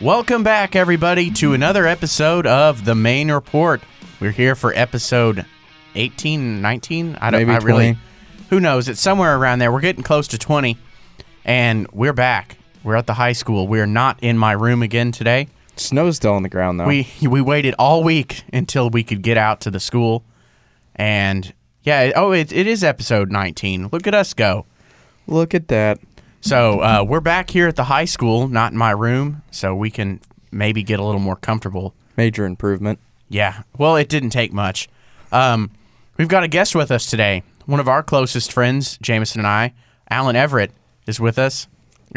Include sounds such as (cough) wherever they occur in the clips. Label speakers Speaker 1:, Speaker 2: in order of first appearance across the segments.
Speaker 1: Welcome back, everybody, to another episode of The Main Report. We're here for episode 18, 19. I don't
Speaker 2: Maybe
Speaker 1: I really.
Speaker 2: 20.
Speaker 1: Who knows? It's somewhere around there. We're getting close to 20, and we're back. We're at the high school. We're not in my room again today.
Speaker 2: Snow's still on the ground though.
Speaker 1: We we waited all week until we could get out to the school, and yeah, it- oh, it, it is episode 19. Look at us go.
Speaker 2: Look at that.
Speaker 1: So uh, we're back here at the high school, not in my room, so we can maybe get a little more comfortable.
Speaker 2: Major improvement.
Speaker 1: Yeah. Well, it didn't take much. Um, we've got a guest with us today. One of our closest friends, Jameson and I, Alan Everett, is with us.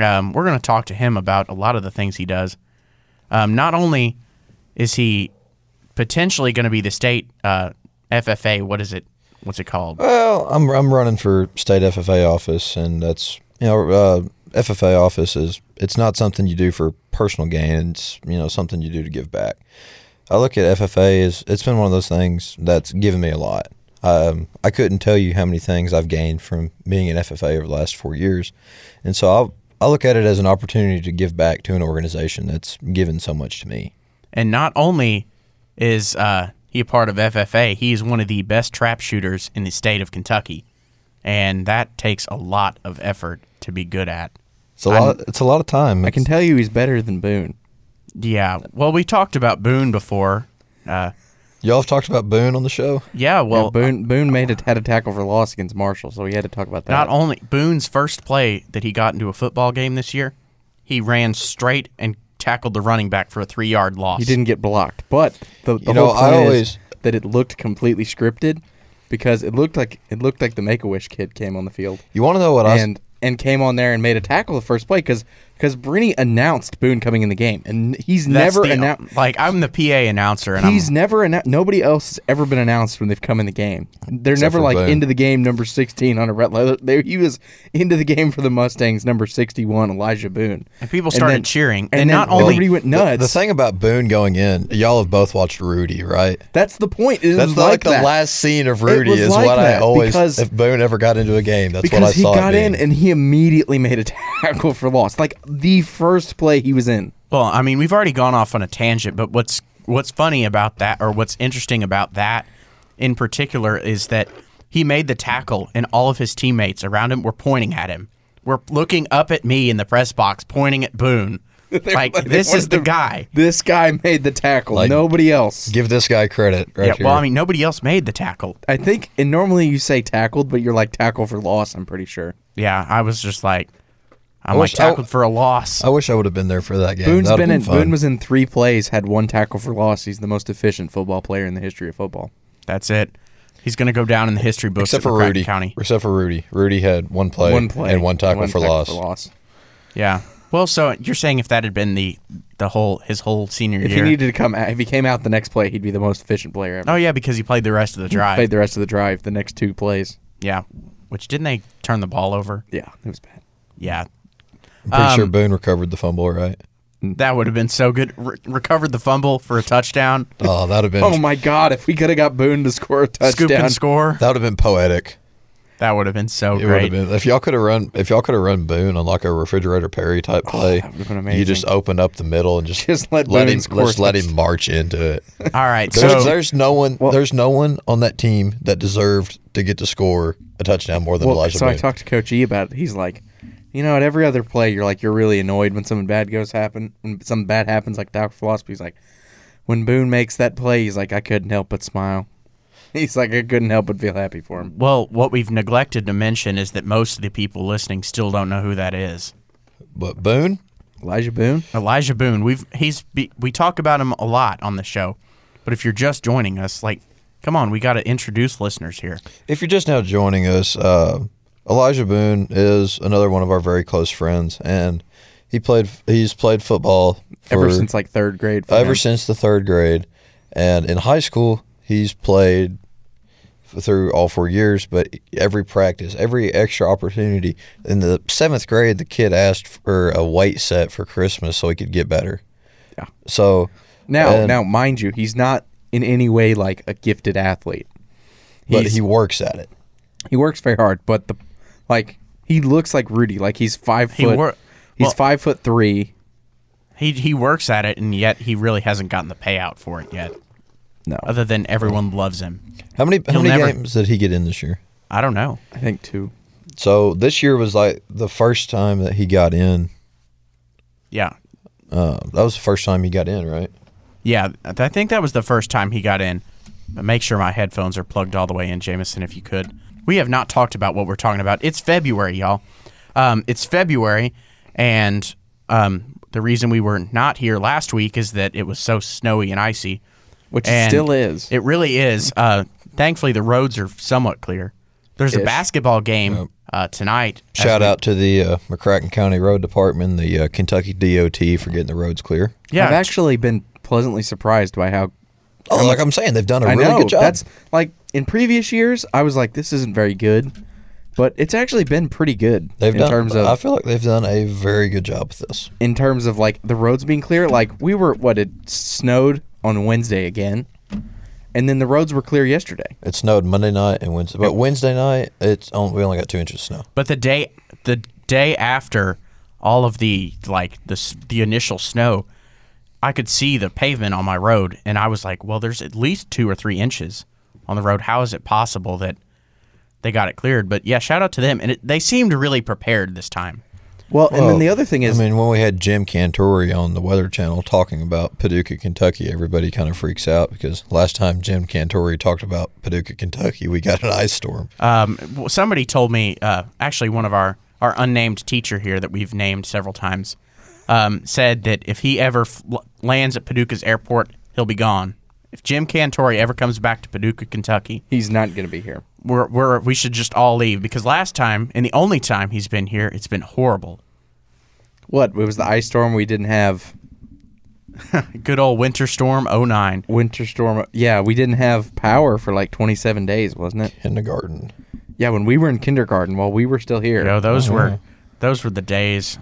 Speaker 1: Um, we're going to talk to him about a lot of the things he does. Um, not only is he potentially going to be the state uh, FFA, what is it? What's it called?
Speaker 3: Well, I'm I'm running for state FFA office, and that's you know uh, FFA office is it's not something you do for personal gain. It's you know something you do to give back. I look at FFA as it's been one of those things that's given me a lot. Um, I couldn't tell you how many things I've gained from being an FFA over the last four years, and so I I look at it as an opportunity to give back to an organization that's given so much to me.
Speaker 1: And not only is uh, he a part of FFA, he is one of the best trap shooters in the state of Kentucky. And that takes a lot of effort to be good at.
Speaker 3: It's a lot. It's a lot of time.
Speaker 2: I can tell you he's better than Boone.
Speaker 1: Yeah. Well, we talked about Boone before. Uh,
Speaker 3: Y'all have talked about Boone on the show.
Speaker 1: yeah.
Speaker 2: Well,
Speaker 1: Well, uh,
Speaker 2: Boone Boone made a, had a tackle for loss against Marshall, so we had to talk about that.
Speaker 1: not only Boone's first play that he got into a football game this year, he ran straight and tackled the running back for a three-yard loss.
Speaker 2: he didn't get blocked, but the, the
Speaker 3: You
Speaker 2: whole
Speaker 3: know, I
Speaker 2: point is
Speaker 3: always-
Speaker 2: that it looked completely scripted because it looked like it looked like the Make a Wish kid came on the field
Speaker 3: You want to know what I?
Speaker 2: and and came on there and made a tackle the first play because because Brittany announced Boone coming in the game and he's
Speaker 1: That's
Speaker 2: never
Speaker 1: the-
Speaker 2: announced.
Speaker 1: Like I'm the PA announcer, and
Speaker 2: He's
Speaker 1: I'm,
Speaker 2: never announced. Nobody else has ever been announced when they've come in the game. They're never
Speaker 3: for
Speaker 2: like
Speaker 3: Boone.
Speaker 2: into the game number sixteen on a red leather. They, he was into the game for the Mustangs number sixty one, Elijah Boone.
Speaker 1: And people started cheering, and not
Speaker 2: then
Speaker 1: only-
Speaker 2: everybody went
Speaker 3: The-
Speaker 2: nuts.
Speaker 3: The, thing about Boone going in, y'all have both watched Rudy, right?
Speaker 2: that's the point. It
Speaker 3: That's
Speaker 2: was
Speaker 3: like,
Speaker 2: like
Speaker 3: the
Speaker 2: that.
Speaker 3: last scene of
Speaker 2: It
Speaker 3: Rudy
Speaker 2: was
Speaker 3: is
Speaker 2: like
Speaker 3: what I
Speaker 2: that
Speaker 3: always.
Speaker 2: because-
Speaker 3: if Boone ever got into a game, that's
Speaker 2: because
Speaker 3: what I
Speaker 2: he
Speaker 3: saw. it
Speaker 2: got in
Speaker 3: being.
Speaker 2: and he immediately made a (laughs) tackle for loss. Like the first play he was in.
Speaker 1: Well, I mean, we've already gone off on a tangent, but what's what's funny about that, or what's interesting about that in particular, is that he made the tackle, and all of his teammates around him were pointing at him. Were looking up at me in the press box, pointing at Boone. like
Speaker 2: They
Speaker 1: this is
Speaker 2: wanted
Speaker 1: the
Speaker 2: to-
Speaker 1: guy.
Speaker 2: This guy made the tackle.
Speaker 3: Like-
Speaker 2: Nobody else.
Speaker 3: give this guy credit, right
Speaker 1: yeah.
Speaker 3: here.
Speaker 1: Well, I mean, nobody else made the tackle.
Speaker 2: I think, and normally you say tackled, but you're like tackle for loss. I'm pretty sure.
Speaker 1: Yeah, I was just like, I'm like
Speaker 3: wish- I-
Speaker 1: tackled for a loss.
Speaker 3: I wish I would have been there for that game.
Speaker 2: Boone's
Speaker 3: That'd
Speaker 2: been
Speaker 3: have
Speaker 2: in,
Speaker 3: fun.
Speaker 2: Boone was in three plays, had one tackle for loss. He's the most efficient football player in the history of football.
Speaker 1: That's it. He's gonna go down in the history books
Speaker 3: except
Speaker 1: of
Speaker 3: for
Speaker 1: Craig
Speaker 3: Rudy.
Speaker 1: County.
Speaker 3: Except for Rudy. Rudy had one play,
Speaker 2: one play
Speaker 3: and one tackle, for, loss.
Speaker 1: Yeah. Well, so you're saying if that had been the the whole his whole senior
Speaker 2: If
Speaker 1: year,
Speaker 2: he needed to come, out, if he came out the next play, he'd be the most efficient player ever.
Speaker 1: Oh yeah, because he played the rest of the drive.
Speaker 2: Played the rest of the drive, the next two plays.
Speaker 1: yeah, which didn't they turn the ball over?
Speaker 2: Yeah, it was bad.
Speaker 1: Yeah,
Speaker 3: I'm pretty
Speaker 1: Um,
Speaker 3: sure Boone recovered the fumble, right?
Speaker 1: that would have been so good. Re- recovered the fumble for a touchdown.
Speaker 3: Oh, that'd have
Speaker 2: (laughs)
Speaker 3: been
Speaker 2: Oh my God! If we could have got Boone to score a touchdown,
Speaker 1: Scoop and score.
Speaker 3: that would have been poetic.
Speaker 1: That would have been so
Speaker 3: It would
Speaker 1: great.
Speaker 3: have been if y'all could have run if y'all could have run Boone on like a refrigerator Perry type play.
Speaker 2: Oh, that would've been
Speaker 3: You just
Speaker 2: amazing.
Speaker 3: opened up the middle and
Speaker 2: (laughs)
Speaker 3: just
Speaker 2: Just let Boone
Speaker 3: him
Speaker 2: score
Speaker 3: just let him march
Speaker 2: (laughs)
Speaker 3: into it.
Speaker 1: All right,
Speaker 3: There's,
Speaker 1: so
Speaker 3: there's no one there's no one on that team that deserved to get to score a touchdown more than
Speaker 2: Well,
Speaker 3: Elijah
Speaker 2: so I
Speaker 3: Boone.
Speaker 2: talked to Coach E about it. He's like, you know, at every other play, you're like, you're really annoyed when something bad goes happen, when something bad happens, like Doc Floss. But he's like, when Boone makes that play, he's like, I couldn't help but smile. (laughs) He's like, I couldn't help but feel happy for him.
Speaker 1: well, what we've neglected to mention is that most of the people listening still don't know who that is.
Speaker 3: but Boone,
Speaker 2: Elijah Boone,
Speaker 1: Elijah Boone. We've he's be, we talk about him a lot on the show, but if you're just joining us, like, come on, we got to introduce listeners here.
Speaker 3: if you're just now joining us, uh, Elijah Boone is another one of our very close friends, and he played he's played football for,
Speaker 2: ever since like third grade. for
Speaker 3: ever
Speaker 2: him.
Speaker 3: since the third grade, and in high school he's played f- through all four years. But every practice, every extra opportunity in the seventh grade, the kid asked for a weight set for Christmas so he could get better.
Speaker 2: Yeah.
Speaker 3: So
Speaker 2: now,
Speaker 3: and-
Speaker 2: now, mind you, he's not in any way like a gifted athlete.
Speaker 3: but
Speaker 2: He's-
Speaker 3: he works at it.
Speaker 2: He works very hard, but the like he looks like Rudy. Like he's five
Speaker 1: He
Speaker 2: foot.
Speaker 1: wor-
Speaker 2: he's
Speaker 1: well-
Speaker 2: five foot three.
Speaker 1: He he works at it, and yet he really hasn't gotten the payout for it yet.
Speaker 2: No,
Speaker 1: Other than everyone loves him.
Speaker 3: How many how
Speaker 1: He'll
Speaker 3: many
Speaker 1: never-
Speaker 3: games did he get in this year?
Speaker 1: I don't know.
Speaker 2: I think two.
Speaker 3: So this year was like the first time that he got in.
Speaker 1: Yeah,
Speaker 3: Uh, that was the first time he got in, right?
Speaker 1: yeah. I think that was the first time he got in. But make sure my headphones are plugged all the way in, Jameson, if you could. We have not talked about what we're talking about. It's February, y'all. Um, it's February, and um, the reason we were not here last week is that it was so snowy and icy.
Speaker 2: Which it
Speaker 1: And
Speaker 2: still is.
Speaker 1: It really is. Uh, thankfully, the roads are somewhat clear. There's a
Speaker 2: Ish.
Speaker 1: basketball game uh, tonight. as
Speaker 3: Shout
Speaker 1: we-
Speaker 3: out to the uh, McCracken County Road Department, the uh, Kentucky DOT for getting the roads clear.
Speaker 1: Yeah,
Speaker 2: I've actually been pleasantly surprised by how
Speaker 3: Oh, like I'm saying, they've done a
Speaker 2: I
Speaker 3: really
Speaker 2: know
Speaker 3: good job.
Speaker 2: that's like in previous years. I was like, this isn't very good, but it's actually been pretty good
Speaker 3: they've
Speaker 2: in
Speaker 3: done.
Speaker 2: terms
Speaker 3: I
Speaker 2: of
Speaker 3: feel like they've done a very good job with this.
Speaker 2: in terms of like the roads being clear. Like we were what it snowed on Wednesday again, and then the roads were clear yesterday.
Speaker 3: It snowed Monday night and Wednesday, but Wednesday night it's on, we only got two inches of snow.
Speaker 1: But the day the day after all of the like the s- the initial snow, I could see the pavement on my road, and I was like, "Well, there's at least two or three inches on the road. How is it possible that they got it cleared?" But yeah, shout out to them, and it, they seemed really prepared this time.
Speaker 2: Well, and then the other thing is,
Speaker 3: I mean, when we had Jim Cantori on the Weather Channel talking about Paducah, Kentucky, everybody kind of freaks out because last time Jim Cantori talked about Paducah, Kentucky, we got an ice storm.
Speaker 1: Um, w- somebody told me, uh, actually, one of our, our unnamed teacher here that we've named several times um, said that if he ever fl- lands at Paducah's airport, he'll be gone. If Jim Cantori ever comes back to Paducah, Kentucky,
Speaker 2: he's not going to be here.
Speaker 1: we're, we're, we should just all leave because last time, and the only time he's been here, it's been horrible.
Speaker 2: What it was the ice storm? We didn't have
Speaker 1: Good old winter storm 09.
Speaker 2: winter storm. Yeah, we didn't have power for like 27 days, wasn't it?
Speaker 3: Kindergarten.
Speaker 2: Yeah, when we were in kindergarten, while we were still here.
Speaker 1: You know, those
Speaker 2: Uh-huh.
Speaker 1: were those were the days.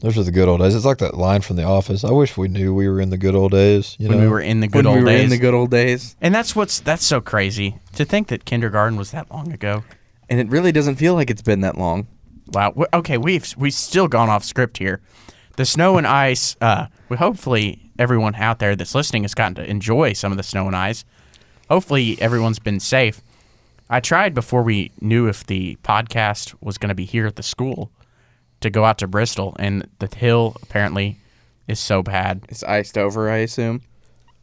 Speaker 3: Those are the good old days. It's like that line from The Office. I wish we knew we were in the good old days. You
Speaker 1: When
Speaker 3: know,
Speaker 1: we were in the
Speaker 2: when
Speaker 1: good old
Speaker 2: we were
Speaker 1: days,
Speaker 2: in the good old days.
Speaker 1: and that's what's that's so crazy to think that kindergarten was that long ago.
Speaker 2: And it really doesn't feel like it's been that long.
Speaker 1: Wow. W- Okay, we've we've still gone off script here. The snow and ice. Uh, we hopefully everyone out there that's listening has gotten to enjoy some of the snow and ice. Hopefully everyone's been safe. I tried before we knew if the podcast was going to be here at the school to go out to Bristol, and the hill apparently is so bad.
Speaker 2: It's iced over, I assume.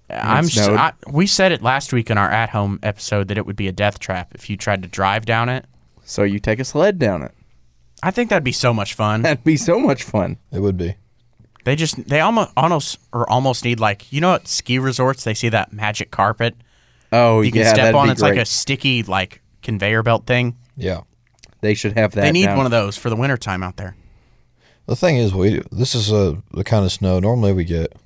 Speaker 1: I'm. s-
Speaker 2: snowed.
Speaker 1: I, we said it last week in our at-home episode that it would be a death trap if you tried to drive down it.
Speaker 2: So you take a sled down it. (laughs)
Speaker 1: I think that'd be so much fun.
Speaker 2: That'd be so much fun.
Speaker 3: it would be.
Speaker 1: They just they almost almost or almost need like you know at ski resorts they see that magic carpet
Speaker 2: Oh,
Speaker 1: you can
Speaker 2: yeah,
Speaker 1: step
Speaker 2: that'd
Speaker 1: on.
Speaker 2: be
Speaker 1: It's
Speaker 2: great.
Speaker 1: like a sticky like conveyor belt thing.
Speaker 3: Yeah.
Speaker 2: They should have that.
Speaker 1: they need
Speaker 2: now.
Speaker 1: one of those for the wintertime out there.
Speaker 3: The thing is, we this is a the kind of snow normally we get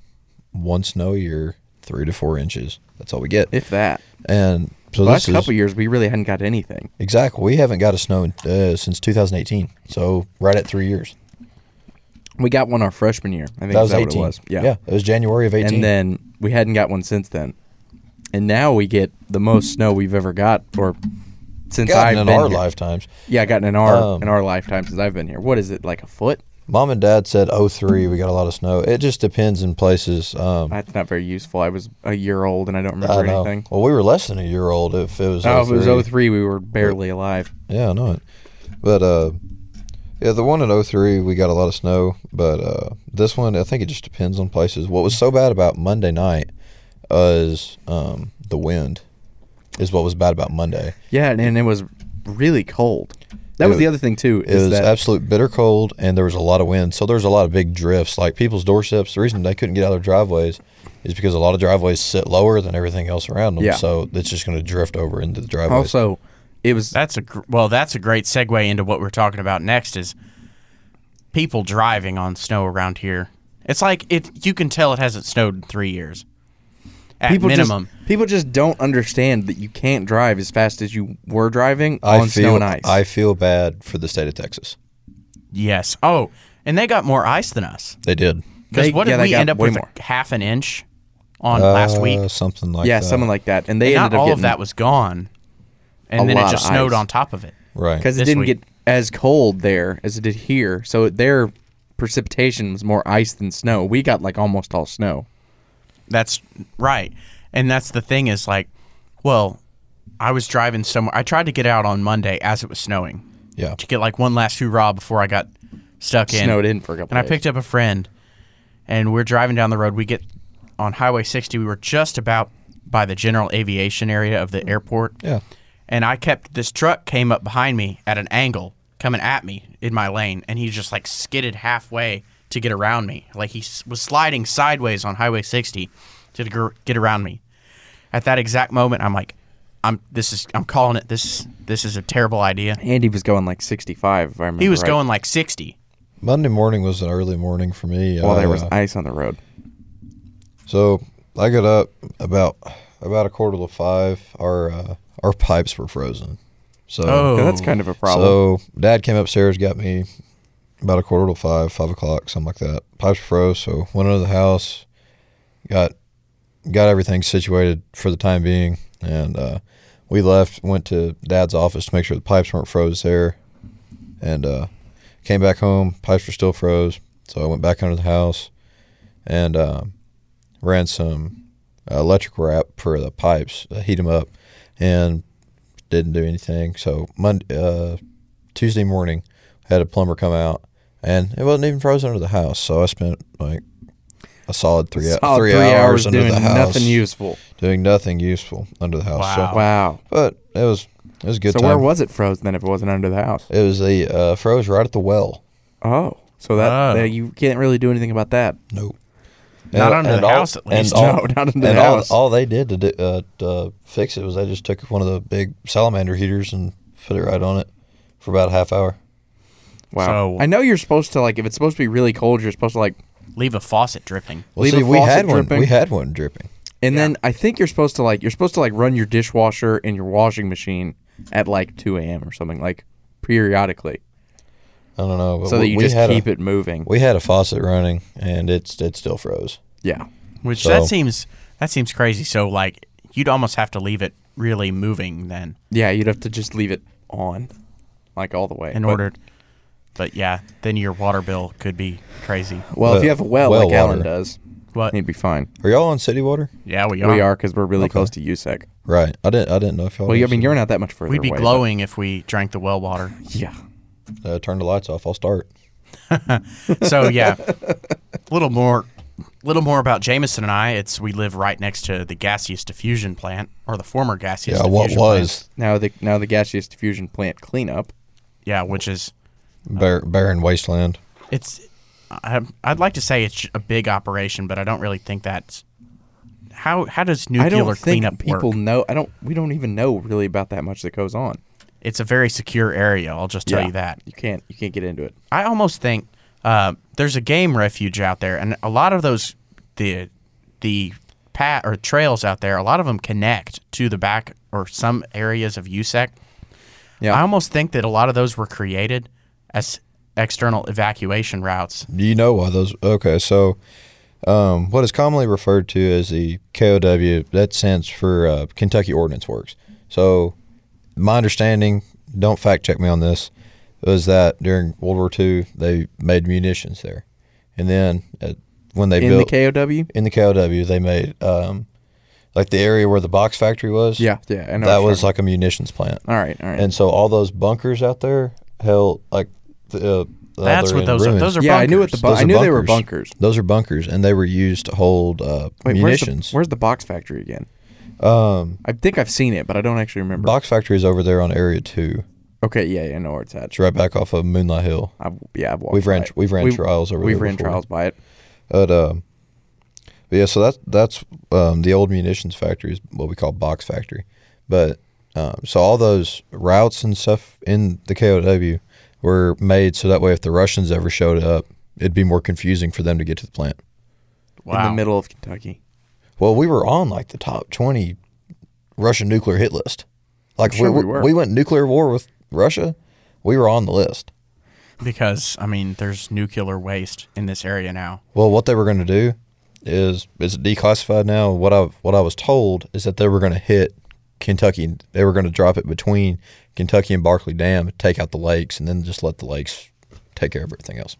Speaker 3: one snow a year, three to four inches. That's all we get.
Speaker 2: if that.
Speaker 3: and so
Speaker 2: Last
Speaker 3: this is
Speaker 2: couple years, we really hadn't got anything.
Speaker 3: exactly. We haven't got a snow in, uh, since 2018. So right at three years.
Speaker 2: We got one our freshman year. I think
Speaker 3: That was
Speaker 2: that's
Speaker 3: 18.
Speaker 2: what it was. Yeah.
Speaker 3: yeah, it was January of 18.
Speaker 2: And then we hadn't got one since then. And now we get the most snow we've ever got, or since
Speaker 3: gotten
Speaker 2: I've
Speaker 3: in
Speaker 2: been
Speaker 3: our
Speaker 2: here.
Speaker 3: lifetimes.
Speaker 2: Yeah, gotten in our
Speaker 3: Um,
Speaker 2: in our lifetime since I've been here. What is it like a foot?
Speaker 3: Mom and Dad said 03, we got a lot of snow. It just depends in places. Um,
Speaker 2: That's not very useful. I was a year old and I don't
Speaker 3: I
Speaker 2: remember
Speaker 3: know.
Speaker 2: anything.
Speaker 3: Well, we were less than a year old if it was.
Speaker 2: Oh, if
Speaker 3: 03.
Speaker 2: it was 03, we were barely alive.
Speaker 3: Yeah, I know it. But uh, yeah, the one in 03, we got a lot of snow. But uh, this one, I think it just depends on places. What was so bad about Monday night is um, the wind. Is what was bad about Monday.
Speaker 2: Yeah, and, and it was really cold. That
Speaker 3: It
Speaker 2: was the
Speaker 3: was-
Speaker 2: other thing too.
Speaker 3: It
Speaker 2: Is
Speaker 3: was
Speaker 2: that
Speaker 3: absolute bitter cold, and there was a lot of wind. So there was a lot of big drifts, like people's doorsteps. The reason they couldn't get out of their driveways is because a lot of driveways sit lower than everything else around them.
Speaker 2: Yeah.
Speaker 3: So it's just going to drift over into the driveways.
Speaker 2: also it was
Speaker 1: That's a gr- well that's a great segue into what we're talking about next is people driving on snow around here. It's like it you can tell it hasn't snowed in three years at
Speaker 2: people
Speaker 1: minimum.
Speaker 2: Just, people just don't understand that you can't drive as fast as you were driving
Speaker 3: I
Speaker 2: on
Speaker 3: feel
Speaker 2: snow and ice.
Speaker 3: I feel bad for the state of Texas.
Speaker 1: yes. Oh, and they got more ice than us.
Speaker 3: They did.
Speaker 1: Because
Speaker 2: They-
Speaker 1: what
Speaker 2: yeah,
Speaker 1: did
Speaker 2: they
Speaker 1: we
Speaker 2: got
Speaker 1: end up
Speaker 2: way
Speaker 1: with?
Speaker 2: more.
Speaker 1: Half an inch on last
Speaker 3: Uh,
Speaker 1: week.
Speaker 3: something like
Speaker 2: yeah,
Speaker 3: that.
Speaker 2: something like that. And they
Speaker 1: not
Speaker 2: ended up
Speaker 1: all
Speaker 2: getting,
Speaker 1: of that was gone,
Speaker 2: a
Speaker 1: and then it
Speaker 2: lot
Speaker 1: just
Speaker 2: of
Speaker 1: snowed
Speaker 2: ice.
Speaker 1: on top of it.
Speaker 3: right.
Speaker 2: because it
Speaker 1: this
Speaker 2: didn't
Speaker 1: week.
Speaker 2: get as cold there as it did here. So their precipitation was more ice than snow. We got like almost all snow.
Speaker 1: That's right. And that's the thing is like, well, I was driving somewhere. I tried to get out on Monday as it was snowing
Speaker 3: Yeah.
Speaker 1: to get like one last hurrah before I got stuck in.
Speaker 2: Snowed in for a couple.
Speaker 1: And I
Speaker 2: days.
Speaker 1: picked up a friend, and we're driving down the road. We get on Highway 60. We were just about by the general aviation area of the airport.
Speaker 3: Yeah.
Speaker 1: And I kept this truck came up behind me at an angle, coming at me in my lane, and he just like skidded halfway to get around me. Like he s- was sliding sideways on Highway 60 to gr- get around me. At that exact moment, I'm like, I'm this is I'm calling it this this is a terrible idea.
Speaker 2: Andy was going like 65. If I remember.
Speaker 1: He was
Speaker 2: right,
Speaker 1: going like 60.
Speaker 3: Monday morning was an early morning for me.
Speaker 2: while
Speaker 3: I,
Speaker 2: there was
Speaker 3: uh,
Speaker 2: ice on the road.
Speaker 3: So I got up about about a quarter to five. Our uh, our pipes were frozen. So
Speaker 1: Oh.
Speaker 2: Yeah, that's kind of a problem.
Speaker 3: so dad came upstairs, got me about a quarter to five, five o'clock, something like that. Pipes froze, so went into the house, got got everything situated for the time being, and uh, we left. Went to dad's office to make sure the pipes weren't froze there, and uh, came back home. Pipes were still froze, so I went back under the house and um, ran some uh, electric wrap for the pipes, uh, heat them up, and didn't do anything. So Monday, uh, Tuesday morning, had a plumber come out, and it wasn't even frozen under the house. So I spent like a solid three,
Speaker 2: Solid
Speaker 3: three,
Speaker 2: Oh, three
Speaker 3: hours, under
Speaker 2: doing
Speaker 3: the house,
Speaker 2: nothing useful.
Speaker 3: doing nothing useful under the house.
Speaker 1: Wow.
Speaker 3: So,
Speaker 2: Wow.
Speaker 3: but it was it was a good
Speaker 2: So
Speaker 3: time.
Speaker 2: where was it frozen then if it wasn't under the house?
Speaker 3: it was a uh, froze right at the well.
Speaker 2: Oh, so that,
Speaker 1: Oh.
Speaker 2: that- you can't really do anything about that.
Speaker 3: Nope.
Speaker 1: Not under the house, at
Speaker 2: (laughs)
Speaker 1: least.
Speaker 3: all,
Speaker 2: No, not under
Speaker 3: and
Speaker 2: the
Speaker 3: all,
Speaker 2: house.
Speaker 3: all they did to, do, uh, to fix it was they just took one of the big salamander heaters and put it right on it for about a half hour.
Speaker 2: Wow.
Speaker 1: So-
Speaker 2: I know you're supposed to like if it's supposed to be really cold, you're supposed to like,
Speaker 1: Leave a faucet dripping.
Speaker 3: Well,
Speaker 2: Leave
Speaker 3: see,
Speaker 2: a
Speaker 3: we
Speaker 2: faucet
Speaker 3: had one.
Speaker 2: dripping?
Speaker 3: We had one dripping.
Speaker 2: and then I think you're supposed to like you're supposed to like run your dishwasher and your washing machine at like 2 a.m. or something like periodically,
Speaker 3: I don't know. but
Speaker 2: so that
Speaker 3: we-
Speaker 2: you
Speaker 3: we
Speaker 2: just
Speaker 3: had a-
Speaker 2: keep it moving.
Speaker 3: We had a faucet running, and it's it still froze.
Speaker 2: yeah.
Speaker 1: Which
Speaker 3: So-
Speaker 1: that seems that seems crazy. So like you'd almost have to leave it really moving then
Speaker 2: Yeah, you'd have to just leave it on, like all the way.
Speaker 1: in
Speaker 2: But-
Speaker 1: order. But yeah, then your water bill could be crazy.
Speaker 2: Well, if
Speaker 3: Well-
Speaker 2: you have a well,
Speaker 3: well
Speaker 2: like Alan
Speaker 3: water.
Speaker 2: does,
Speaker 1: What?
Speaker 2: he'd be fine.
Speaker 3: Are y'all on city water?
Speaker 1: Yeah, we are.
Speaker 2: We are because we're really close to E USEC.
Speaker 3: Right. I didn't. I didn't know if y'all.
Speaker 2: Well,
Speaker 3: were
Speaker 2: I mean,
Speaker 3: city-
Speaker 2: you're not that much further.
Speaker 1: We'd be
Speaker 2: away, but-
Speaker 1: glowing if we drank the well water.
Speaker 2: Yeah.
Speaker 3: uh, turn the lights off. I'll start.
Speaker 1: So
Speaker 2: (laughs)
Speaker 1: yeah, a little more, little more about Jameson and I. It's we live right next to the gaseous diffusion plant or the former gaseous.
Speaker 3: Yeah.
Speaker 1: diffusion
Speaker 3: What
Speaker 1: plant.
Speaker 3: was
Speaker 2: Now the now the gaseous diffusion plant cleanup.
Speaker 1: Yeah, which is
Speaker 3: bar- barren wasteland?
Speaker 1: it's. I, I'd like to say it's a big operation, but I don't really think that's. How how does
Speaker 2: I
Speaker 1: nuclear
Speaker 2: don't think
Speaker 1: cleanup
Speaker 2: people
Speaker 1: work?
Speaker 2: know. I don't. We don't even know really about that much that goes on.
Speaker 1: It's a very secure area. I'll just tell you that.
Speaker 2: you can't you can't get into it.
Speaker 1: I almost think uh, there's a game refuge out there, and a lot of those the the pat or trails out there, a lot of them connect to the back or some areas of USEC.
Speaker 2: Yeah.
Speaker 1: I almost think that a lot of those were created as external evacuation routes.
Speaker 3: Do you know why those? Okay, so um, what is commonly referred to as the KOW that stands for uh, Kentucky Ordnance Works. So my understanding, don't fact check me on this, was that during World War II they made munitions there, and then uh, when they
Speaker 2: in
Speaker 3: built
Speaker 2: the KOW.
Speaker 3: in the KOW they made um, like the area where the box factory was.
Speaker 2: Yeah, yeah. I know
Speaker 3: that
Speaker 2: what you're
Speaker 3: was
Speaker 2: talking
Speaker 3: like a munitions plant,
Speaker 2: about. all right, all right.
Speaker 3: and so all those bunkers out there held like the, uh, the
Speaker 1: That's
Speaker 3: other
Speaker 1: what
Speaker 3: in
Speaker 1: those are.
Speaker 3: ruins.
Speaker 1: Those are
Speaker 2: yeah, I knew what the
Speaker 1: bunkers.
Speaker 2: bu-
Speaker 3: Those
Speaker 2: I
Speaker 3: are
Speaker 2: knew they were bunkers.
Speaker 3: Those are bunkers, and they were used to hold uh,
Speaker 2: Wait,
Speaker 3: munitions.
Speaker 2: Where's the, where's the box factory again?
Speaker 3: um,
Speaker 2: I think I've seen it, but I don't actually remember.
Speaker 3: box factory is over there on Area Two.
Speaker 2: okay, yeah, yeah, I know where it's at.
Speaker 3: It's right back off of Moonlight Hill.
Speaker 2: I've, yeah, I've walked.
Speaker 3: We've ran
Speaker 2: by it.
Speaker 3: we've ran trials over
Speaker 2: We've
Speaker 3: there.
Speaker 2: ran
Speaker 3: before.
Speaker 2: trials by it.
Speaker 3: But, um, but yeah, so that's that's um, the old munitions factory is what we call box factory. But um, so all those routes and stuff in the KOW were made so that way if the Russians ever showed up, it'd be more confusing for them to get to the plant.
Speaker 1: wow.
Speaker 2: in the middle of Kentucky.
Speaker 3: Well, we were on like the top 20 Russian nuclear hit list. Like
Speaker 2: sure
Speaker 3: we,
Speaker 2: we were.
Speaker 3: we went nuclear war with Russia. We were on the list.
Speaker 1: because I mean, there's nuclear waste in this area now.
Speaker 3: Well, what they were going to do is is declassified now. What I what I was told is that they were going to hit Kentucky. They were going to drop it between Kentucky and Barkley Dam, take out the lakes, and then just let the lakes take care of everything else.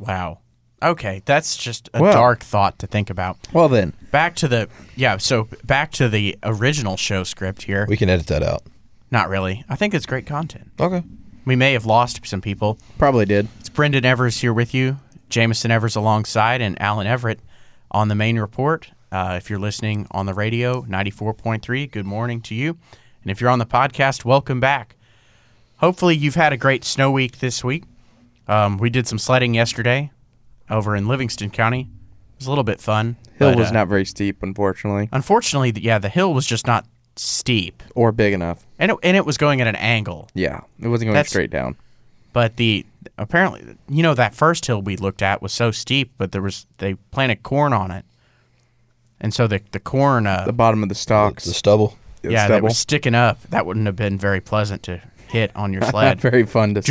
Speaker 1: Wow. Okay, that's just a
Speaker 2: Well-
Speaker 1: dark thought to think about.
Speaker 2: Well then,
Speaker 1: Back to the yeah, so back to the original show script here.
Speaker 3: We can edit that out.
Speaker 1: Not really. I think it's great content.
Speaker 3: Okay.
Speaker 1: We may have lost some people.
Speaker 2: probably did.
Speaker 1: It's Brendan Evers here with you, Jameson Evers alongside, and Alan Everett on the main report. Uh, if you're listening on the radio, 94.3, good morning to you. And if you're on the podcast, welcome back. Hopefully, you've had a great snow week this week. Um, we did some sledding yesterday over in Livingston County. It was a little bit fun.
Speaker 2: Hill
Speaker 1: but,
Speaker 2: was
Speaker 1: uh,
Speaker 2: not very steep, unfortunately,
Speaker 1: Unfortunately, th- yeah, the hill was just not steep,
Speaker 2: or big enough.
Speaker 1: and it, and it was going at an angle.
Speaker 2: Yeah, it wasn't going
Speaker 1: That's-
Speaker 2: straight down.
Speaker 1: But the apparently, you know, that first hill we looked at was so steep, but there was they planted corn on it, and so the the corn, uh,
Speaker 2: The bottom of the stalks.
Speaker 3: The stubble.
Speaker 2: the
Speaker 1: yeah, that
Speaker 2: stubble.
Speaker 1: was sticking up. That wouldn't have been very pleasant to hit on your
Speaker 2: not
Speaker 3: (laughs)
Speaker 1: sled.
Speaker 2: very fun to.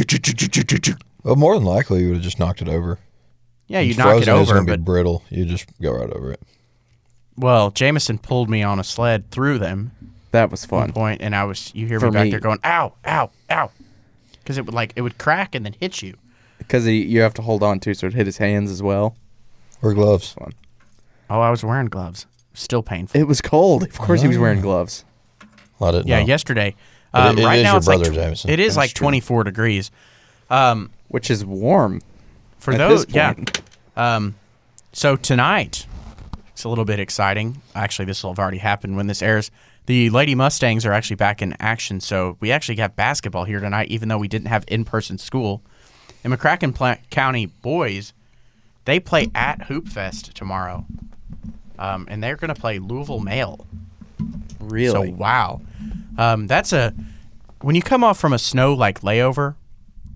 Speaker 3: Well, more than likely, you would have just knocked it over.
Speaker 1: yeah, you
Speaker 3: It's
Speaker 1: knock it
Speaker 3: frozen, It's
Speaker 1: over,
Speaker 3: gonna be
Speaker 1: but
Speaker 3: brittle. You just go right over it.
Speaker 1: well, Jameson pulled me on a sled through them
Speaker 2: That was fun.
Speaker 1: point, and I was you hear
Speaker 2: For
Speaker 1: me back
Speaker 2: me.
Speaker 1: there going ow, ow, ow, because it would like it would crack and then hit you.
Speaker 2: because you have to hold on to, so it hit his hands as well.
Speaker 3: Or gloves.
Speaker 1: Oh, I was wearing gloves. Still painful.
Speaker 2: It was cold. Of course, he was wearing gloves.
Speaker 3: I didn't
Speaker 1: yeah,
Speaker 3: know.
Speaker 1: yesterday.
Speaker 3: But
Speaker 1: Um,
Speaker 3: it- it
Speaker 1: right
Speaker 3: is
Speaker 1: now
Speaker 3: your
Speaker 1: it's like
Speaker 3: brother,
Speaker 1: tw-
Speaker 3: Jameson.
Speaker 1: It is
Speaker 3: That's
Speaker 1: like
Speaker 3: true.
Speaker 1: 24 degrees.
Speaker 2: which is warm.
Speaker 1: For
Speaker 2: At
Speaker 1: those,
Speaker 2: this
Speaker 1: yeah.
Speaker 2: point.
Speaker 1: Um, so tonight, it's a little bit exciting. Actually, this will have already happened when this airs. The Lady Mustangs are actually back in action, so we actually got basketball here tonight, even though we didn't have in-person school. And McCracken Pla- County boys, they play at Hoop Fest tomorrow, um, and they're going to play Louisville Male.
Speaker 2: Really?
Speaker 1: So wow, um, that's a when you come off from a snow like layover,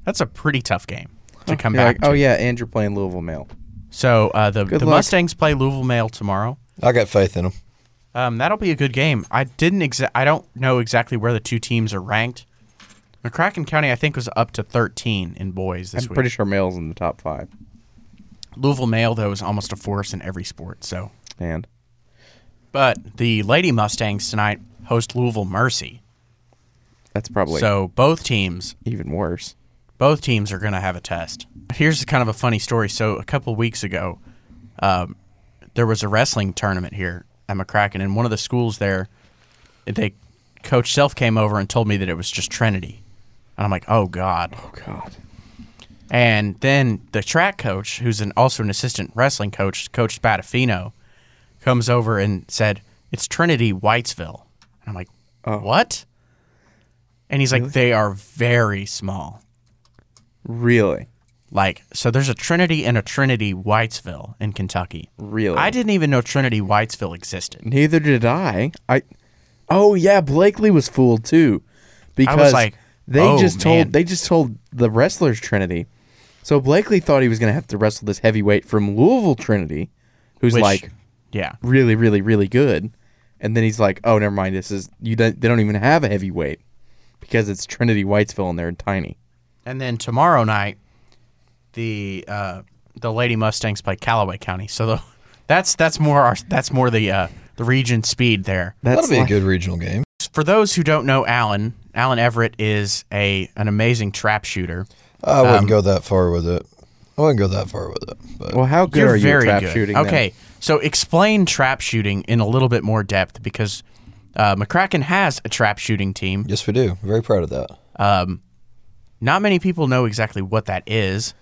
Speaker 1: that's a pretty tough game to come
Speaker 2: You're
Speaker 1: back.
Speaker 2: like,
Speaker 1: to.
Speaker 2: oh yeah, and you're playing Louisville Mail.
Speaker 1: So uh, the the
Speaker 2: luck.
Speaker 1: Mustangs play Louisville Male tomorrow.
Speaker 3: I got faith in them.
Speaker 1: Um, that'll be a good game. I didn't exa- I don't know exactly where the two teams are ranked. McCracken County, I think, was up to 13 in boys this
Speaker 2: I'm
Speaker 1: week.
Speaker 2: pretty sure Mail's in the top five.
Speaker 1: Louisville Male, though, is almost a force in every sport. So,
Speaker 2: And
Speaker 1: but the Lady Mustangs tonight host Louisville Mercy.
Speaker 2: that's probably
Speaker 1: So both teams
Speaker 2: even worse.
Speaker 1: both teams are going to have a test. Here's kind of a funny story. So a couple weeks ago, um, there was a wrestling tournament here at McCracken, and one of the schools there, they coach Self came over and told me that it was just Trinity, and I'm like, oh god.
Speaker 2: Oh God.
Speaker 1: And then the track coach, who's an, also an assistant wrestling coach, Coach Spadafino, comes over and said, "It's Trinity Whitesville." And I'm like, "What?" And he's like, "They are very small."
Speaker 2: Really?
Speaker 1: Like, so there's a Trinity and a Trinity Whitesville in Kentucky.
Speaker 2: Really?
Speaker 1: I didn't even know Trinity Whitesville existed.
Speaker 2: Neither did I. I. Oh yeah, Blakely was fooled too, because
Speaker 1: like,
Speaker 2: they
Speaker 1: oh,
Speaker 2: just told
Speaker 1: man.
Speaker 2: they just told the wrestlers Trinity. So Blakely thought he was gonna have to wrestle this heavyweight from Louisville Trinity, who's
Speaker 1: Which-
Speaker 2: like
Speaker 1: Yeah.
Speaker 2: really, really, really good. And then he's like, "Oh, never mind. This is you. Don't, they don't even have a heavyweight because it's Trinity Whitesville and they're tiny."
Speaker 1: And then tomorrow night, the uh, the Lady Mustangs play Callaway County. So the, (laughs) that's that's more our, that's more the uh, the region speed there.
Speaker 2: That's
Speaker 3: That'll be
Speaker 2: like-
Speaker 3: a good regional game.
Speaker 1: For those who don't know, Alan Alan Everett is a an amazing trap shooter.
Speaker 3: I wouldn't go that far with it. I wouldn't go that far with it. But
Speaker 2: Well, how good
Speaker 1: You're
Speaker 2: are you at
Speaker 1: very
Speaker 2: trap
Speaker 1: good.
Speaker 2: shooting? then?
Speaker 1: Okay, so explain trap shooting in a little bit more depth because uh, McCracken has a trap shooting team.
Speaker 3: yes, we do. Very proud of that.
Speaker 1: Not many people know exactly what that is.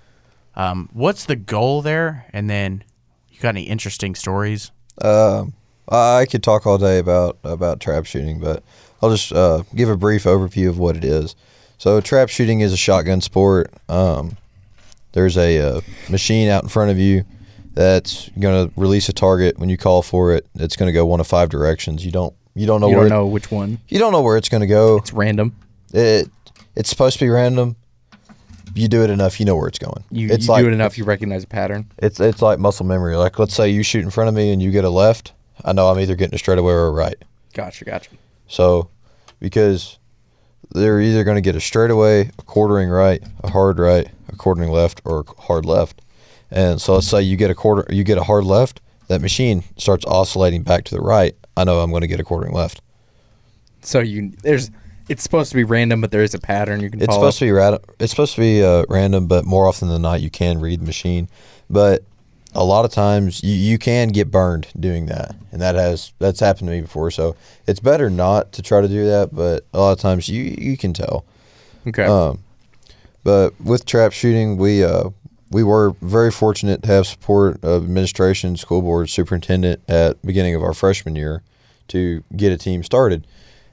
Speaker 1: Um, what's the goal there? And then you got any interesting stories?
Speaker 3: Um, I I could talk all day about about trap shooting, but I'll just uh, give a brief overview of what it is. So, trap shooting is a shotgun sport. Um, there's a, uh machine out in front of you that's going to release a target when you call for it. It's going to go one of five directions. You don't you don't know
Speaker 2: you
Speaker 3: where
Speaker 2: don't
Speaker 3: it-
Speaker 2: know which one.
Speaker 3: you don't know where it's going to go.
Speaker 2: It's random.
Speaker 3: It it's supposed to be random. You do it enough, you know where it's going.
Speaker 2: You,
Speaker 3: it's
Speaker 2: you
Speaker 3: like
Speaker 2: do it enough, you recognize a pattern.
Speaker 3: it's it's like muscle memory. Like let's say you shoot in front of me and you get a left, I know I'm either getting a straightaway or a right.
Speaker 2: Gotcha, gotcha.
Speaker 3: So because they're either going to get a straightaway, a quartering right, a hard right, a quartering left, or a hard left. And so let's say you get a quarter, you get a hard left. That machine starts oscillating back to the right. I know I'm going to get a quartering left.
Speaker 2: So you there's it's supposed to be random, but there is a pattern you can
Speaker 3: It's
Speaker 2: follow.
Speaker 3: supposed to be rad- It's supposed to be uh, random, but more often than not, you can read the machine. But a lot of times, you, you can get burned doing that, and that has that's happened to me before. So it's better not to try to do that. But a lot of times, you you can tell.
Speaker 2: okay.
Speaker 3: Um, but with trap shooting, we uh, we were very fortunate to have support of administration, school board, superintendent at beginning of our freshman year to get a team started,